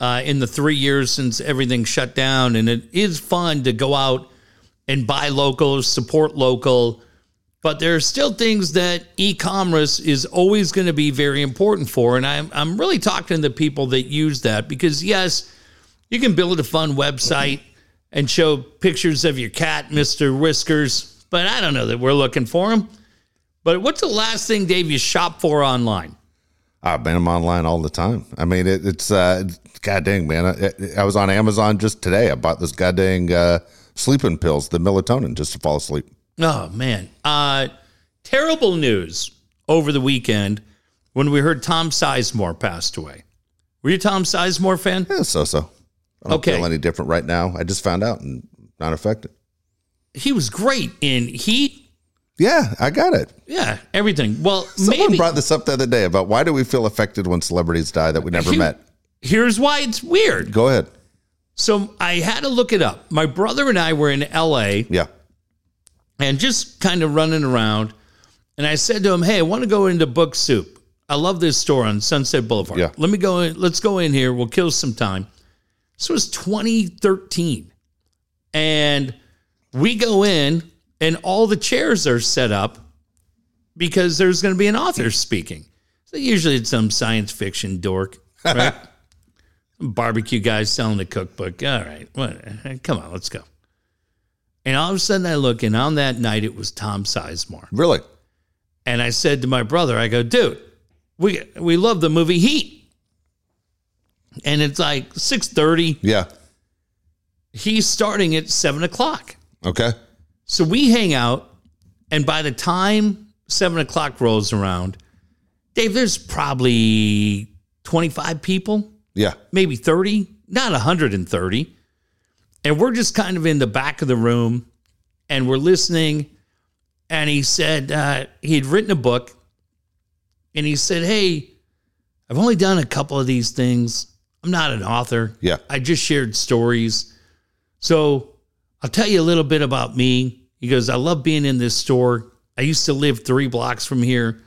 B: uh, in the three years since everything shut down. And it is fun to go out and buy local, support local. But there are still things that e commerce is always going to be very important for. And I'm, I'm really talking to the people that use that because, yes, you can build a fun website and show pictures of your cat, Mr. Whiskers, but I don't know that we're looking for him. But what's the last thing, Dave, you shop for online?
A: I've been I'm online all the time. I mean, it, it's uh, god dang man. I, I was on Amazon just today. I bought this god dang uh, sleeping pills, the melatonin, just to fall asleep.
B: Oh man, uh, terrible news over the weekend when we heard Tom Sizemore passed away. Were you a Tom Sizemore fan?
A: Yeah, so so. I don't
B: Okay.
A: feel any different right now. I just found out and not affected.
B: He was great in Heat.
A: Yeah, I got it.
B: Yeah, everything. Well,
A: Someone
B: maybe
A: brought this up the other day about why do we feel affected when celebrities die that we never
B: He-
A: met?
B: here's why it's weird.
A: Go ahead.
B: So I had to look it up. My brother and I were in L.A.
A: Yeah.
B: and just kind of running around. And I said to him, "Hey, I want to go into Book Soup. I love this store on Sunset Boulevard.
A: Yeah.
B: Let me go in. Let's go in here. We'll kill some time." This was 2013, and we go in, and all the chairs are set up because there's going to be an author speaking. So usually it's some science fiction dork, right? Barbecue guy selling a cookbook. All right, what- come on, let's go. And all of a sudden, I look, and on that night, it was Tom Sizemore.
A: Really?
B: And I said to my brother, I go, dude, we we love the movie Heat. And it's like 6:30.
A: Yeah.
B: He's starting at seven o'clock.
A: Okay.
B: So we hang out, and by the time seven o'clock rolls around, Dave, there's probably 25 people,
A: Yeah.
B: maybe 30, not 130. And we're just kind of in the back of the room and we're listening. And he said uh, he had written a book and he said, Hey, I've only done a couple of these things. I'm not an author.
A: Yeah.
B: I just shared stories. So I'll tell you a little bit about me. He goes, I love being in this store. I used to live three blocks from here.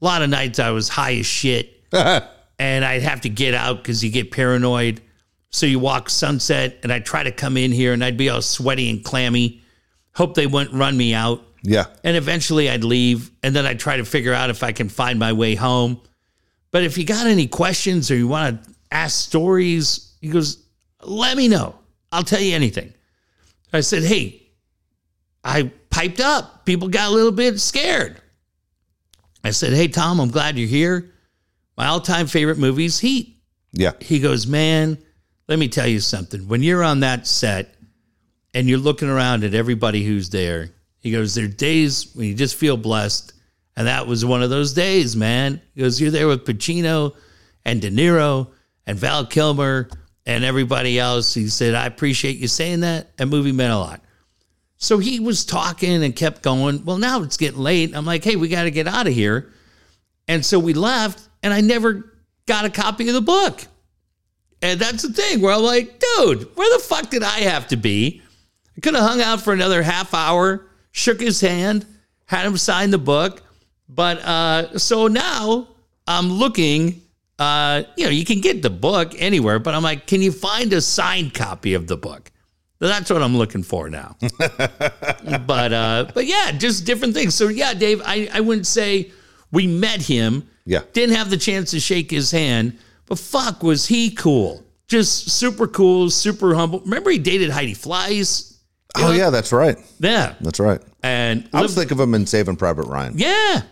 B: A lot of nights I was high as shit and I'd have to get out because you get paranoid. So you walk sunset and I'd try to come in here and I'd be all sweaty and clammy. Hope they wouldn't run me out.
A: yeah.
B: And eventually I'd leave and then I'd try to figure out if I can find my way home. But if you got any questions or you want to ask stories, he goes, let me know. I'll tell you anything. I said, hey, I piped up. People got a little bit scared. I said, hey, Tom, I'm glad you're here. My all time favorite movie is Heat
A: Yeah.
B: he goes, Man, let me tell you something. When you're on that set and you're looking around at everybody who's there, he goes, There are days when you just feel blessed. And that was one of those days, man. He goes, You're there with Pacino and De Niro and Val Kilmer and everybody else. He said, I appreciate you saying that. That movie meant a lot. So he was talking and kept going. Well, now it's getting late. I'm like, Hey, we got to get out of here. And so we left, and I never got a copy of the book. And that's the thing where I'm like, dude, where the fuck did I have to be? I could have hung out for another half hour, shook his hand, had him sign the book. But uh, so now I'm looking, uh, you know, you can get the book anywhere, but I'm like, can you find a signed copy of the book? That's what I'm looking for now. but uh, but yeah, just different things. So yeah, Dave, I, I wouldn't say we met him.
A: Yeah.
B: Didn't have the chance to shake his hand, but fuck was he cool. Just super cool, super humble. Remember he dated Heidi Fleiss?
A: Oh yeah, that's right.
B: Yeah.
A: That's right.
B: And
A: I was thinking of him in Saving Private Ryan. Yeah,
B: yeah.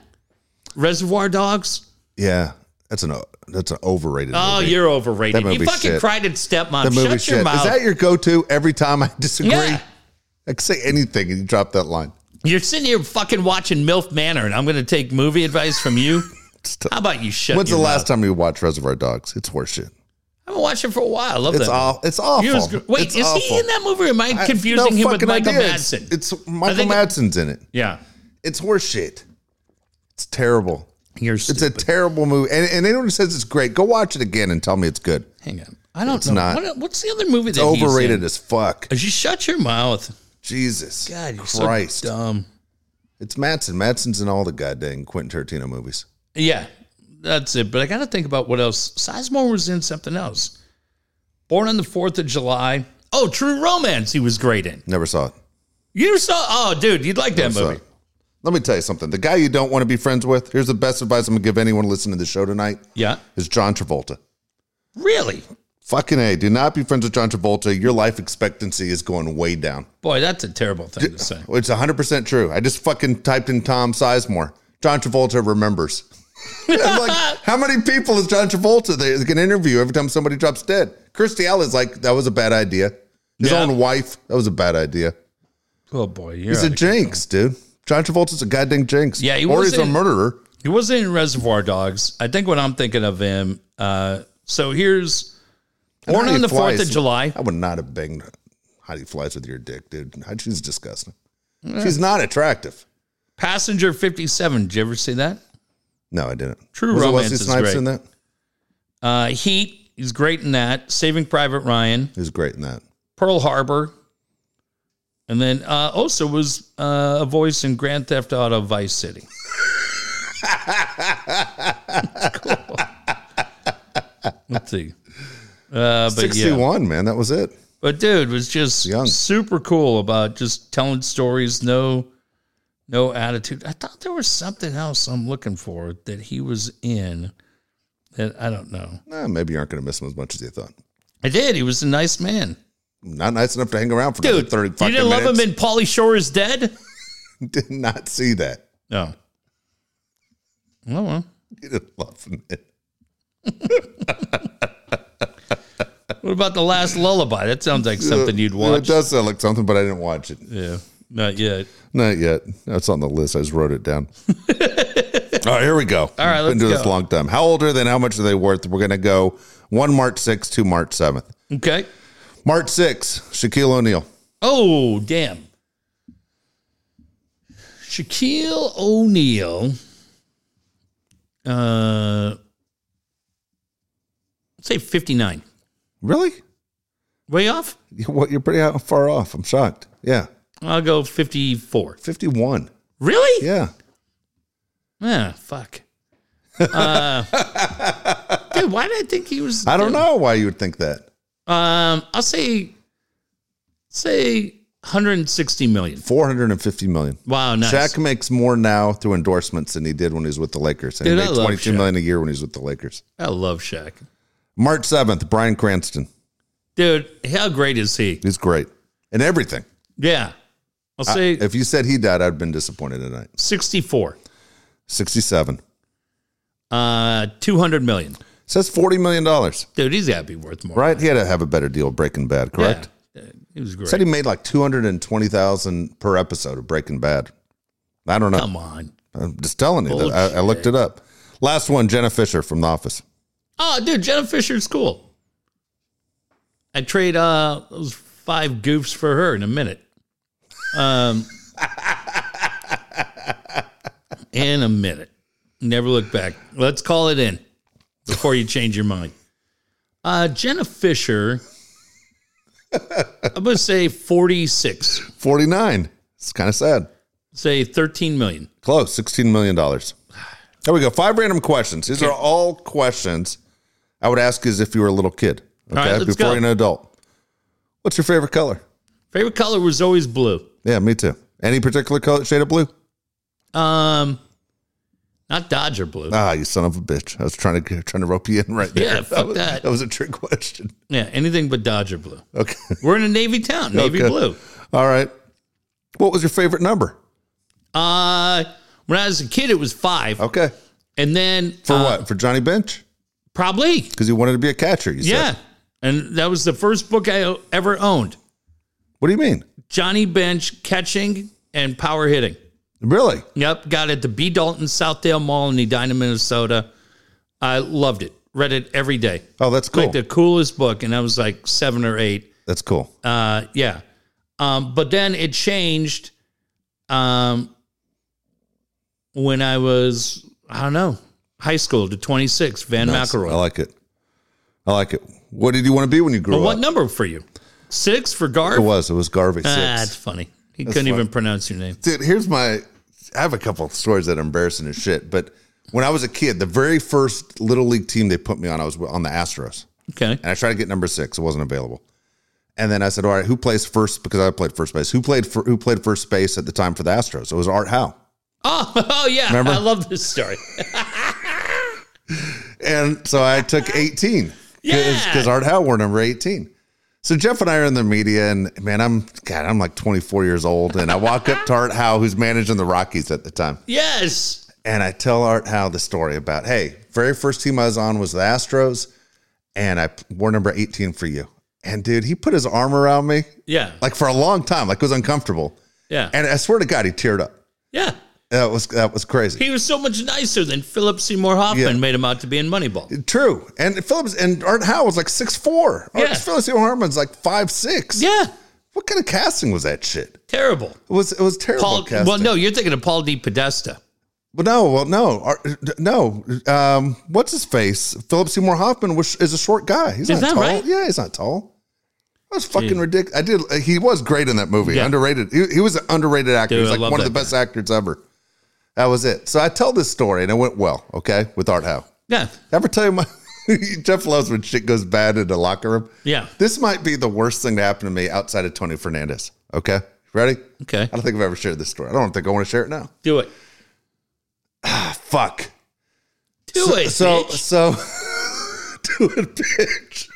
B: Reservoir dogs.
A: that's an o- that's an overrated.
B: Oh,
A: movie.
B: you're overrated.
A: That
B: You
A: movie
B: fucking
A: shit.
B: cried at stepmom.
A: that movie
B: Shut
A: shit.
B: your mouth.
A: Is that your go-to every time I disagree?
B: yeah.
A: I can say anything and you drop that line.
B: You're sitting here fucking watching MILF Manor, and I'm going to take movie advice from you. How about you shut
A: When's the
B: your
A: last time you watched Reservoir Dogs? It's horseshit.
B: I've been watching for a while. I love
A: It's
B: that.
A: all. It's awful.
B: He was gr- Wait,
A: It's
B: is
A: awful.
B: he in that movie? Or am I
A: I-
B: confusing
A: no
B: him with
A: fucking
B: Michael
A: idea. It's-
B: Madsen?
A: It's, Michael
B: think-
A: Madsen's in it.
B: yeah,
A: It's horseshit. It's terrible.
B: you're
A: It's a
B: stupid.
A: terrible movie. And, and anyone who says it's great, go watch it again and tell me it's good.
B: Hang on, I don't know.
A: not.
B: What- what's the other movie that he's in?
A: Overrated as fuck.
B: Just shut your mouth. um,
A: Jesus
B: God, you're
A: Christ.
B: so dumb.
A: it's Madsen. Madsen's in all the goddamn Quentin Tarantino movies.
B: Yeah, that's it. But I got to think about what else. Sizemore was in something else. Born on the Fourth of July. Oh, True Romance. He was great in.
A: Never saw it.
B: You saw? Oh, dude, you'd like that
A: So,
B: movie.
A: let me tell you something. The guy you don't want to be friends with, here's the best advice I'm going to give anyone listening to the show tonight,
B: Yeah.
A: is John Travolta.
B: Really?
A: Fucking A. Do not be friends with John Travolta. Your life expectancy is going way down.
B: Boy, that's a terrible thing to say.
A: It's 100% true. I just fucking typed in Tom Sizemore. John Travolta remembers. I'm like, how many people is John Travolta that can interview every time somebody drops dead? Kirstie Alley's like, that was a bad idea. His
B: Yeah.
A: own wife, that was a bad idea.
B: Oh boy, you're
A: He's
B: out
A: a
B: of-
A: jinx, dude. John Travolta's a goddamn jinx.
B: Yeah, he
A: or
B: was
A: he's a
B: in-
A: murderer.
B: he wasn't in Reservoir Dogs. I think what I'm thinking of him. Uh, so here's Born
A: Heidi
B: on the Fourth of
A: Fleiss.
B: July.
A: I would not have banged Heidi Flies with your dick, dude. She's disgusting. She's not attractive.
B: Passenger 57. Did you ever see that?
A: No, I didn't.
B: True
A: was it
B: Romance
A: Wesley
B: is
A: Snipes
B: great.
A: in that?
B: Uh, Heat. He's great in that. Saving Private Ryan.
A: He was great in that.
B: Pearl Harbor. And then uh, also was uh, a voice in Grand Theft Auto Vice City. Cool. Let's see. Uh, but yeah.
A: 61, man. That was it.
B: But dude was just
A: Young.
B: super cool about just telling stories, no no attitude. I thought there was something else I'm looking for that he was in that I don't know.
A: Eh, maybe you aren't going to miss him as much as you thought.
B: I did. He was a nice man.
A: Not nice enough to hang around for another
B: Dude,
A: 30
B: you
A: fucking
B: didn't love him
A: minutes.
B: in Polly Shore is Dead?
A: Did not see that.
B: No. Oh well.
A: You didn't love him. in-
B: What about the last lullaby? That sounds like something you'd
A: Well, It
B: watch.
A: does sound like something, but I didn't watch it.
B: Yeah. Not yet.
A: Not yet. That's on the list. I just wrote it down. All right, here we go. All
B: right,
A: Been
B: let's
A: doing this a
B: go.
A: long time. How old are they and how much are they worth? We're going to go 1 March 6th, 2 March 7th.
B: Okay.
A: March 6th, Shaquille O'Neal.
B: Oh, damn. Shaquille O'Neal. Uh, say 59.
A: Really?
B: Way off?
A: You- What? You're pretty out- far off. I'm shocked. Yeah.
B: I'll go 54.
A: 51.
B: Really?
A: Yeah.
B: Ah, fuck. Uh, dude, why did I think he was?
A: I don't know why you would think that.
B: Um, I'll say, say 160 million.
A: 450 million.
B: Wow, nice.
A: Shaq makes more now through endorsements than he did when he was with the Lakers. And
B: Dude,
A: he
B: I
A: made
B: love
A: twenty two
B: Shaq.
A: million a year when he was with the Lakers.
B: I love Shaq.
A: March 7th, Brian Cranston.
B: Dude, how great is he?
A: He's great. And everything.
B: Yeah. I'll say
A: If you said he died, I'd have been disappointed tonight.
B: 64.
A: 67.
B: Uh, 200 million.
A: Says $40 million,
B: Dude, he's got to be worth more.
A: right? He had to have a better deal with Breaking Bad,
B: Yeah.
A: correct?
B: Uh, He was great.
A: Said he made like 220000 per episode of Breaking Bad. I don't know.
B: Come on.
A: I'm just telling you that. I, I looked it up. Last one, Jenna Fisher from The Office.
B: Oh, dude, Jenna Fisher's cool. I'd trade uh, those five goofs for her in a minute. Um, in a minute. Never look back. Let's call it in before you change your mind. Uh, Jenna Fisher, I'm going to say 46,
A: 49. It's kind of sad.
B: say 13 million.
A: Close, $16 million. There we go. Five random questions. These are all questions I would ask as if you were a little kid. Okay.
B: right, let's
A: Before
B: go.
A: you're an adult. What's your favorite color?
B: Favorite color was always blue.
A: Yeah, me too. Any particular color shade of blue?
B: Um, not Dodger blue.
A: Ah, you son of a bitch! I was trying to trying to rope you in right there.
B: Yeah, fuck
A: was,
B: that.
A: was a trick question.
B: Yeah, anything but Dodger blue.
A: Okay,
B: We're in a navy town, navy
A: Okay.
B: blue.
A: all right. What was your favorite number?
B: Uh, when I was a kid, it was five,
A: Okay,
B: and then
A: for
B: uh,
A: what? For Johnny Bench
B: probably
A: because he wanted to be a catcher. You
B: yeah.
A: said.
B: And that was the first book I o- ever owned:
A: What do you mean?
B: Johnny Bench catching and power hitting.
A: Really?
B: Yep, got it at the B Dalton Southdale Mall in Edina, Minnesota. I loved it. Read it every day.
A: Oh, that's cool.
B: Like the coolest book, and I was like seven or eight.
A: that's cool.
B: Uh, yeah. Um, but then it changed. Um, when I was I don't know high school to twenty six, Van
A: Nice.
B: McElroy.
A: I like it. I like it. What did you want to be when you grew
B: what
A: up?
B: number for you? Six for Garv.
A: It was. It was Garvey
B: Ah,
A: six.
B: that's funny. He couldn't even pronounce your name.
A: dude, here's my. I have a couple of stories that are embarrassing as shit. But when I was a kid, the very first little league team they put me on, I was on the Astros,
B: Okay.
A: and I tried to get number six. It wasn't available. And then I said, "All right, who plays first? Because I played first base. Who played for, who played first base at the time for the Astros? It was Art Howe.
B: Oh, oh yeah.
A: Remember?
B: I love this story.
A: And so I took 18
B: Yeah.
A: because Art Howe were number 18. So Jeff and I are in the media, and man, I'm God, I'm like 24 years old, and I walk up to Art Howe, who's managing the Rockies at the time,
B: yes.
A: and I tell Art Howe the story about, hey, very first team I was on was the Astros, and I wore number 18 for you. And dude, he put his arm around me
B: Yeah.
A: like for a long time, like it was uncomfortable,
B: yeah.
A: and I swear to God, he teared up.
B: yeah.
A: That was that was crazy.
B: He was so much nicer than Philip Seymour Hoffman
A: Yeah.
B: made him out to be in Moneyball.
A: True. And Phillips and Art Howe was like six four.
B: Yeah.
A: Art Phillips Seymour Harmon's like five six.
B: Yeah.
A: What kind of casting was that shit?
B: Terrible.
A: It was it was terrible
B: Paul,
A: casting.
B: well, no, you're thinking of Paul D. Podesta.
A: Well, no, well, no, Art, no. Um, what's his face? Philip Seymour Hoffman was, is a short guy. He's
B: Is
A: not
B: that
A: tall.
B: right?
A: Yeah, he's not tall. That was fucking ridiculous. I did. He was great in that movie.
B: Yeah.
A: Underrated. He, he was an underrated actor.
B: Dude,
A: he was
B: I
A: like
B: love
A: one of
B: that
A: the best actors ever. That was it. So I tell this story, and it went well. Okay, with Art Howe.
B: Yeah.
A: Ever tell you my Jeff loves when shit goes bad in the locker room?
B: Yeah.
A: This might be the worst thing to happen to me outside of Tony Fernandez. Okay. Ready?
B: Okay.
A: I don't think I've ever shared this story. I don't think I want to share it now.
B: Do it.
A: Fuck.
B: Do it.
A: So
B: bitch.
A: so do it, bitch.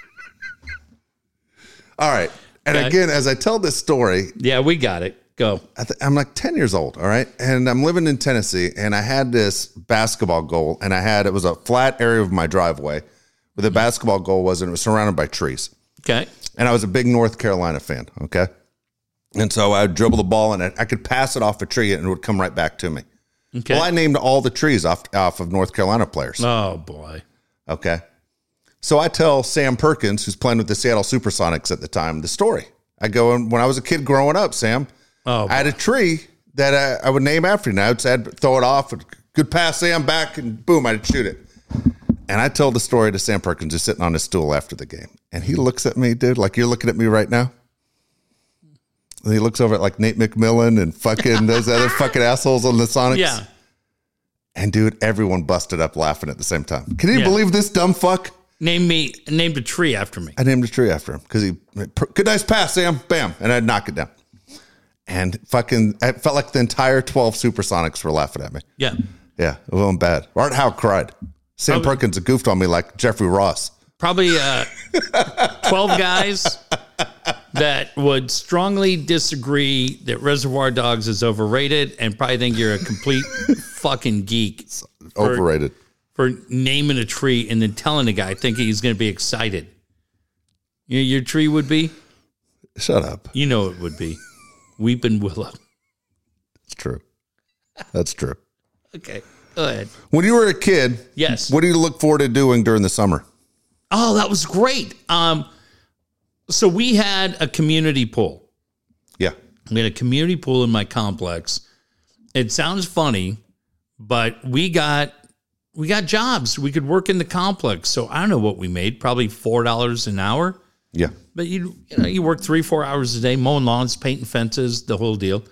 A: All right. And
B: Okay.
A: again, as I tell this story,
B: yeah, we got it. Go.
A: I th- I'm like 10 years old, all right? And I'm living in Tennessee, and I had this basketball goal, and I had it was a flat area of my driveway where the basketball goal was, and it was surrounded by trees.
B: Okay.
A: and I was a big North Carolina fan. Okay. And so I would dribble the ball and I, I could pass it off a tree and it would come right back to me.
B: Okay.
A: Well, I named all the trees off, off of North Carolina players.
B: oh boy.
A: Okay. So I tell Sam Perkins, who's playing with the Seattle Supersonics at the time, the story. I go, and when I was a kid growing up, Sam,
B: Oh,
A: I had a tree that I, I would name after you. Now I'd say I'd throw it off, and good pass, Sam, back, and boom, I'd shoot it. And I told the story to Sam Perkins, who's sitting on his stool after the game. And he looks at me, dude, like you're looking at me right now. And he looks over at like Nate McMillan and fucking those other fucking assholes on the Sonics.
B: Yeah.
A: And dude, everyone busted up laughing at the same time. Can you
B: Yeah.
A: believe this dumb fuck?
B: Name me. Named a tree after me.
A: I named a tree after him because he good nice pass, Sam, bam, and I'd knock it down. And fucking, I felt like the entire twelve Supersonics were laughing at me.
B: Yeah.
A: Yeah, it wasn't bad. Art Howe cried. Sam Perkins goofed on me like Jeffrey Ross.
B: Probably uh, twelve guys that would strongly disagree that Reservoir Dogs is overrated, and probably think you're a complete fucking geek
A: Overrated.
B: for naming a tree and then telling the guy thinking he's going to be excited. You know, your tree would be.
A: Shut up.
B: You know it would be. Weeping willow.
A: It's true. That's true.
B: Okay. Go ahead.
A: When you were a kid,
B: Yes.
A: what do you look forward to doing during the summer?
B: Oh, that was great. Um, so we had a community pool.
A: Yeah.
B: We had a community pool in my complex. It sounds funny, but we got we got jobs. We could work in the complex. So I don't know what we made, probably four dollars an hour.
A: Yeah.
B: But you you know, you work three, four hours a day, mowing lawns, painting fences, the whole deal.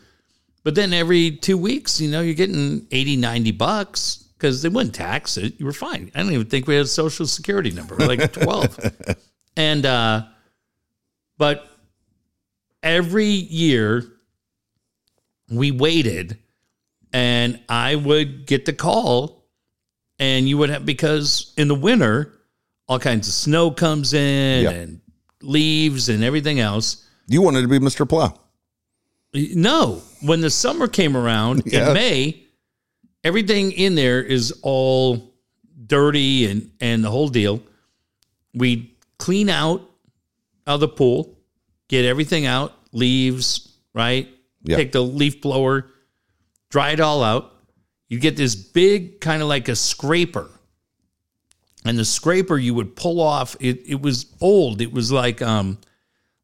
B: But then every two weeks, you know, you're getting 80, 90 bucks because they wouldn't tax it. You were fine. I don't even think we had a social security number, like 12. and uh but every year we waited and I would get the call and you would have because in the winter all kinds of snow comes in
A: Yep.
B: and leaves and everything else.
A: You wanted to be Mr. Plow.
B: No, when the summer came around
A: Yeah.
B: in May, everything in there is all dirty and and the whole deal. We clean out of the pool, get everything out, leaves, right?
A: Yeah.
B: Take the leaf blower, dry it all out. You get this big kind of like a scraper. And the scraper you would pull off it it was old. It was like um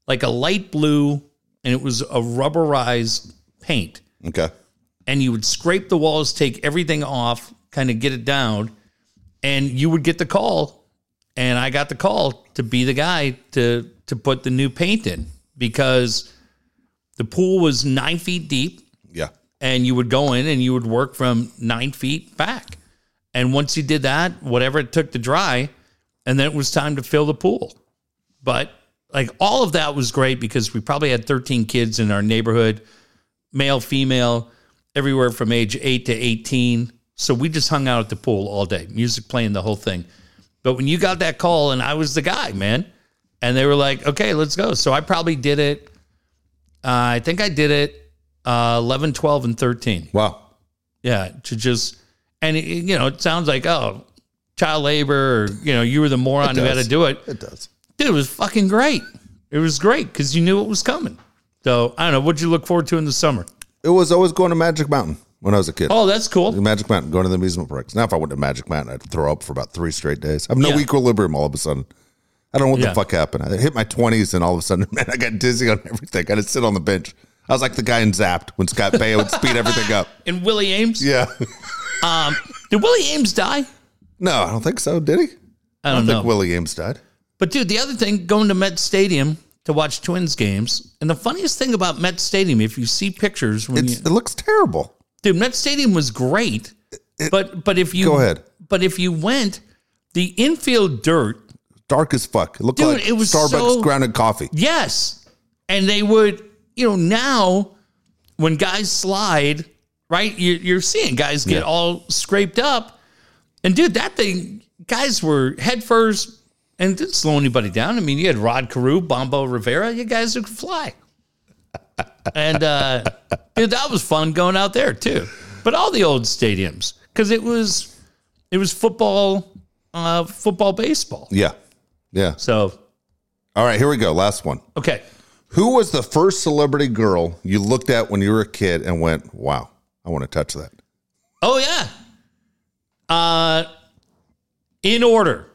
B: like a light blue and it was a rubberized paint
A: Okay.
B: and you would scrape the walls, take everything off, kind of get it down, and you would get the call. And I got the call to be the guy to to put the new paint in because the pool was nine feet deep,
A: Yeah.
B: and you would go in and you would work from nine feet back. And once you did that, whatever it took to dry, and then it was time to fill the pool. But like all of that was great because we probably had 13 kids in our neighborhood, male, female, everywhere from age eight to 18. So we just hung out at the pool all day, music playing the whole thing. But when you got that call and I was the guy, man, and they were like, okay, let's go. So I probably did it. Uh, I think I did it uh, 11, 12, and 13.
A: Wow.
B: Yeah, to just and it, you know, it sounds like oh, child labor. Or, you know, you were the moron who had to
A: does.
B: do it.
A: It does.
B: Dude, it was fucking great. It was great because you knew it was coming. So I don't know. What'd you look forward to in the summer?
A: It was always going to Magic Mountain when I was a kid.
B: Oh, that's cool.
A: Magic Mountain, going to the amusement parks. Now, if I went to Magic Mountain, I'd throw up for about three straight days. I have no
B: Yeah.
A: equilibrium all of a sudden. I don't know what
B: Yeah.
A: the fuck happened. I hit my 20s and all of a sudden, man, I got dizzy on everything. I had to sit on the bench. I was like the guy in Zapped when Scott Baio would speed everything up.
B: And Willie Ames.
A: Yeah.
B: Did Willie Ames die?
A: No, I don't think so. Did he?
B: I don't
A: I
B: know.
A: think Willie Ames died.
B: But dude, the other thing, going to Met Stadium to watch Twins games, and the funniest thing about Met Stadium, if you see pictures, when
A: It's,
B: you,
A: It looks terrible.
B: dude, Met Stadium was great. But but if you
A: Go ahead.
B: But if you went, the infield dirt
A: Dark as fuck. It looked
B: Dude,
A: like
B: it was
A: Starbucks
B: so-
A: grounded coffee.
B: Yes. And they would, you know, now when guys slide, right? You're, you're seeing guys get
A: Yeah.
B: all scraped up. And dude, that thing, guys were head first and didn't slow anybody down. I mean, you had Rod Carew, Bombo Rivera, you guys who could fly. And uh, dude, that was fun going out there too. But all the old stadiums, because it was it was football, uh, football, baseball.
A: Yeah. Yeah.
B: So
A: All right, here we go. Last one.
B: okay,
A: Who was the first celebrity girl you looked at when you were a kid and went, wow, I want to touch that?
B: Oh yeah. Uh in order.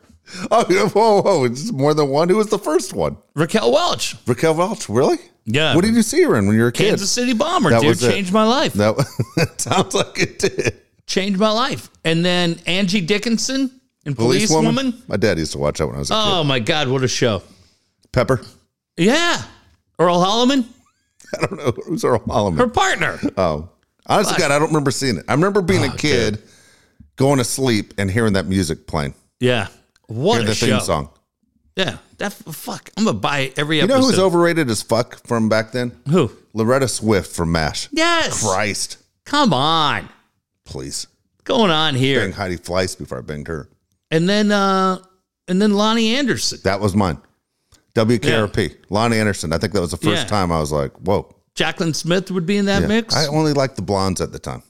A: Oh, yeah, whoa, whoa. It's more than one. Who was the first one?
B: Raquel Welch.
A: Raquel Welch, really?
B: Yeah.
A: What did you see her in when you were a kid?
B: Kansas City Bomber,
A: That
B: dude.
A: was it.
B: Changed my life.
A: That, that sounds like it did.
B: Changed my life. And then Angie Dickinson and Police, Woman.
A: My dad used to watch that when I was a kid.
B: Oh my God, what a show.
A: Pepper.
B: Yeah. Earl Holliman,
A: I don't know. Who's Earl Holliman?
B: her partner.
A: Oh, honestly, God, I don't remember seeing it. I remember
B: Oh,
A: being a kid, going to sleep and hearing that music playing,
B: Yeah. What
A: hearing
B: a
A: the
B: show.
A: theme song.
B: Yeah. That fuck. I'm gonna buy every
A: You know
B: episode.
A: who's overrated as fuck from back then?
B: Who?
A: Loretta Swift from MASH.
B: Yes.
A: Christ,
B: Come on.
A: please.
B: What's Going on here.
A: Bang Heidi Fleiss before I banged her.
B: And then uh and then Lonnie Anderson.
A: That was mine. WKRP, Lonnie Anderson. I think that was the first
B: Yeah.
A: time I was like, whoa.
B: Jacqueline Smith would be in that
A: Yeah.
B: mix.
A: I only liked the blondes at the time.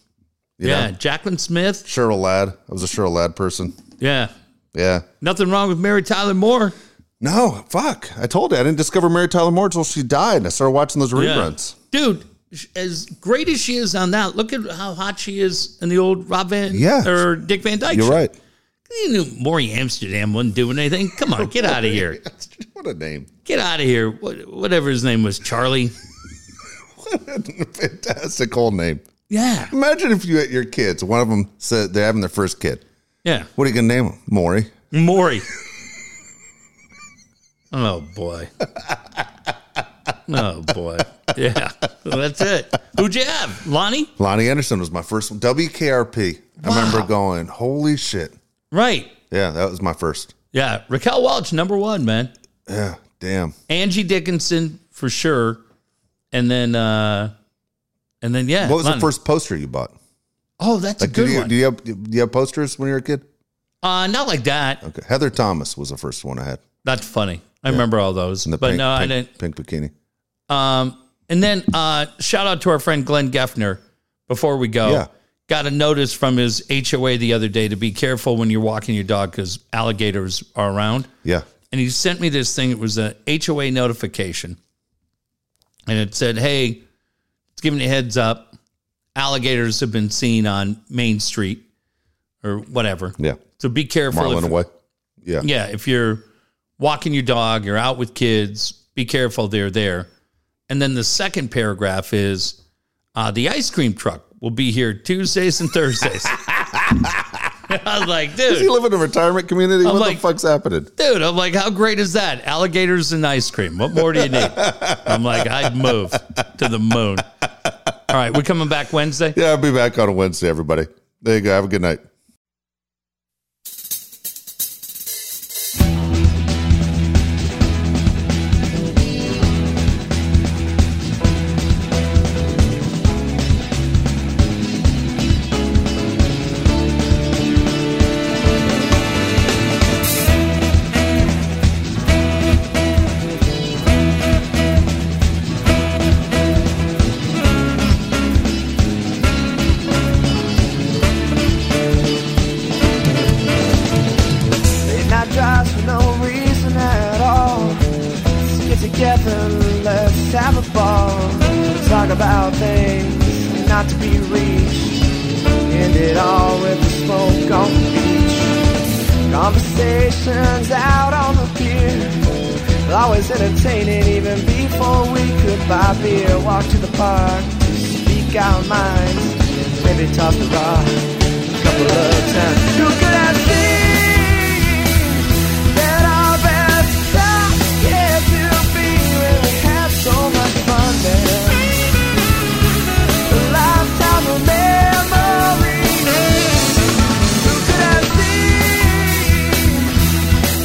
A: You
B: yeah,
A: Know?
B: Jacqueline Smith.
A: Cheryl Ladd. I was a Cheryl Ladd person.
B: Yeah,
A: Yeah.
B: nothing wrong with Mary Tyler Moore.
A: No, fuck. I told you I didn't discover Mary Tyler Moore until she died. And I started watching those reruns.
B: Dude, sh- as great as she is on that, look at how hot she is in the old Rob Van
A: Yeah.
B: or Dick Van Dyke.
A: You're
B: show.
A: right.
B: You knew Maury Amsterdam wasn't doing anything. Come on, get out of here.
A: What a name.
B: Get out of here. What, whatever his name was, Charlie.
A: Fantastic old name.
B: Yeah.
A: Imagine if you had your kids, one of them said they're having their first kid.
B: Yeah.
A: What are you going to name them? Maury.
B: Maury. Oh boy. Oh boy. Yeah. That's it. Who'd you have? Lonnie?
A: Lonnie Anderson was my first one. WKRP. I remember going, holy shit.
B: Right.
A: Yeah, that was my first.
B: Yeah, Raquel Welch, number one, man.
A: Yeah, damn.
B: Angie Dickinson for sure. and then uh and then yeah.
A: What was the
B: London.
A: first poster you bought?
B: Oh, that's a
A: Did
B: good
A: you,
B: one.
A: Do you have do you have posters when you were a kid?
B: uh, not like that.
A: Okay, Heather Thomas was the first one I had.
B: That's funny. I remember all those,
A: The
B: but
A: pink,
B: no,
A: pink,
B: I didn't.
A: Pink bikini.
B: Um, and then uh, shout out to our friend Glenn Geffner. Before we go,
A: Yeah.
B: got a notice from his HOA the other day to be careful when you're walking your dog because alligators are around.
A: Yeah,
B: and he sent me this thing. It was a HOA notification, and it said, "Hey, it's giving you a heads up. Alligators have been seen on Main Street, or whatever.
A: yeah.
B: So be careful.
A: Marlin
B: if-
A: away. Yeah.
B: yeah, if you're walking your dog, you're out with kids, be careful they're there. And then the second paragraph is uh, the ice cream truck will be here Tuesdays and Thursdays. I was like, dude.
A: You live in a retirement community. what
B: like-
A: the fuck's happening?
B: Dude, I'm like, how great is that? Alligators and ice cream. What more do you need? I'm like, I'd move to the moon. All right, we're coming back Wednesday.
A: Yeah, I'll be back on a Wednesday, everybody. There you go. Have a good night.
C: Late night drives for no reason at all. Let's get together, let's have a ball. Talk about things not to be reached. End it all with a smoke on the beach. Conversations out on the pier. Always entertaining even before we could buy beer. Walk to the park, speak our minds, maybe toss the rock a couple of times. You could have seen that our best stuff yet to be when we had so much fun then. A lifetime of memories. You could have seen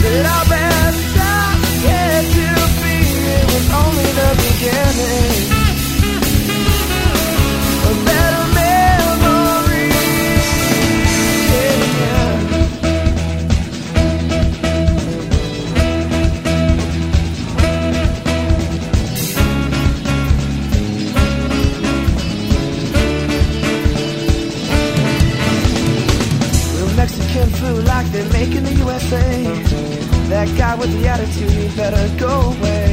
C: that our best stuff yet to be it was only the beginning. A better memories. Yeah. Real Mexican food like they make in the USA. That guy with the attitude, he better go away.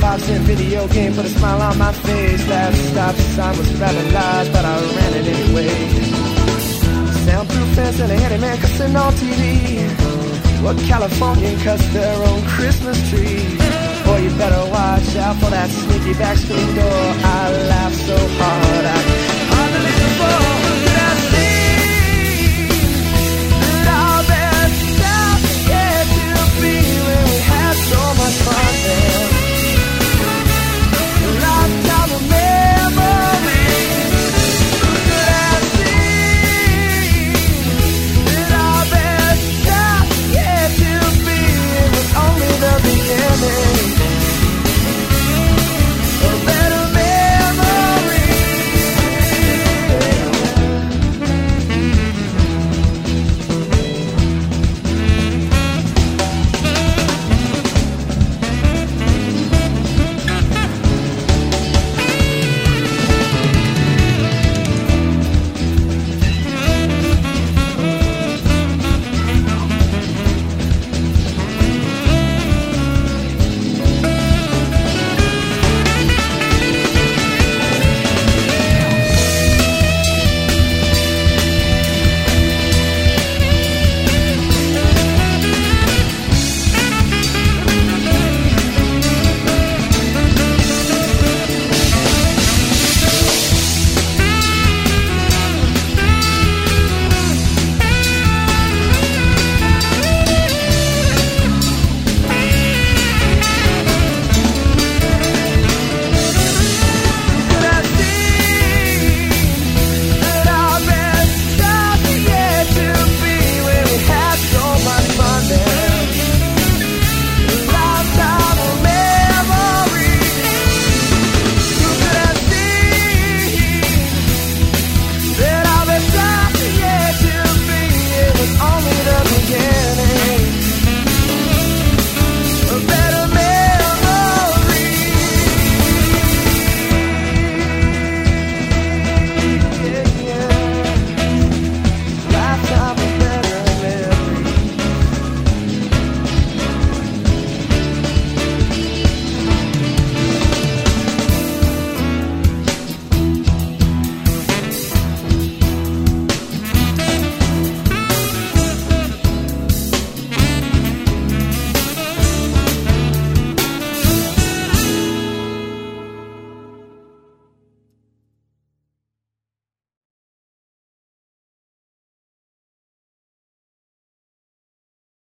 C: Five cent video game put a smile on my face. That stop sign was rather large, but I ran it anyway. Soundproof fence and a handyman cussing on TV. What Californian cussed their own Christmas tree? Boy, you better watch out for that sneaky back screen door. I laughed so hard I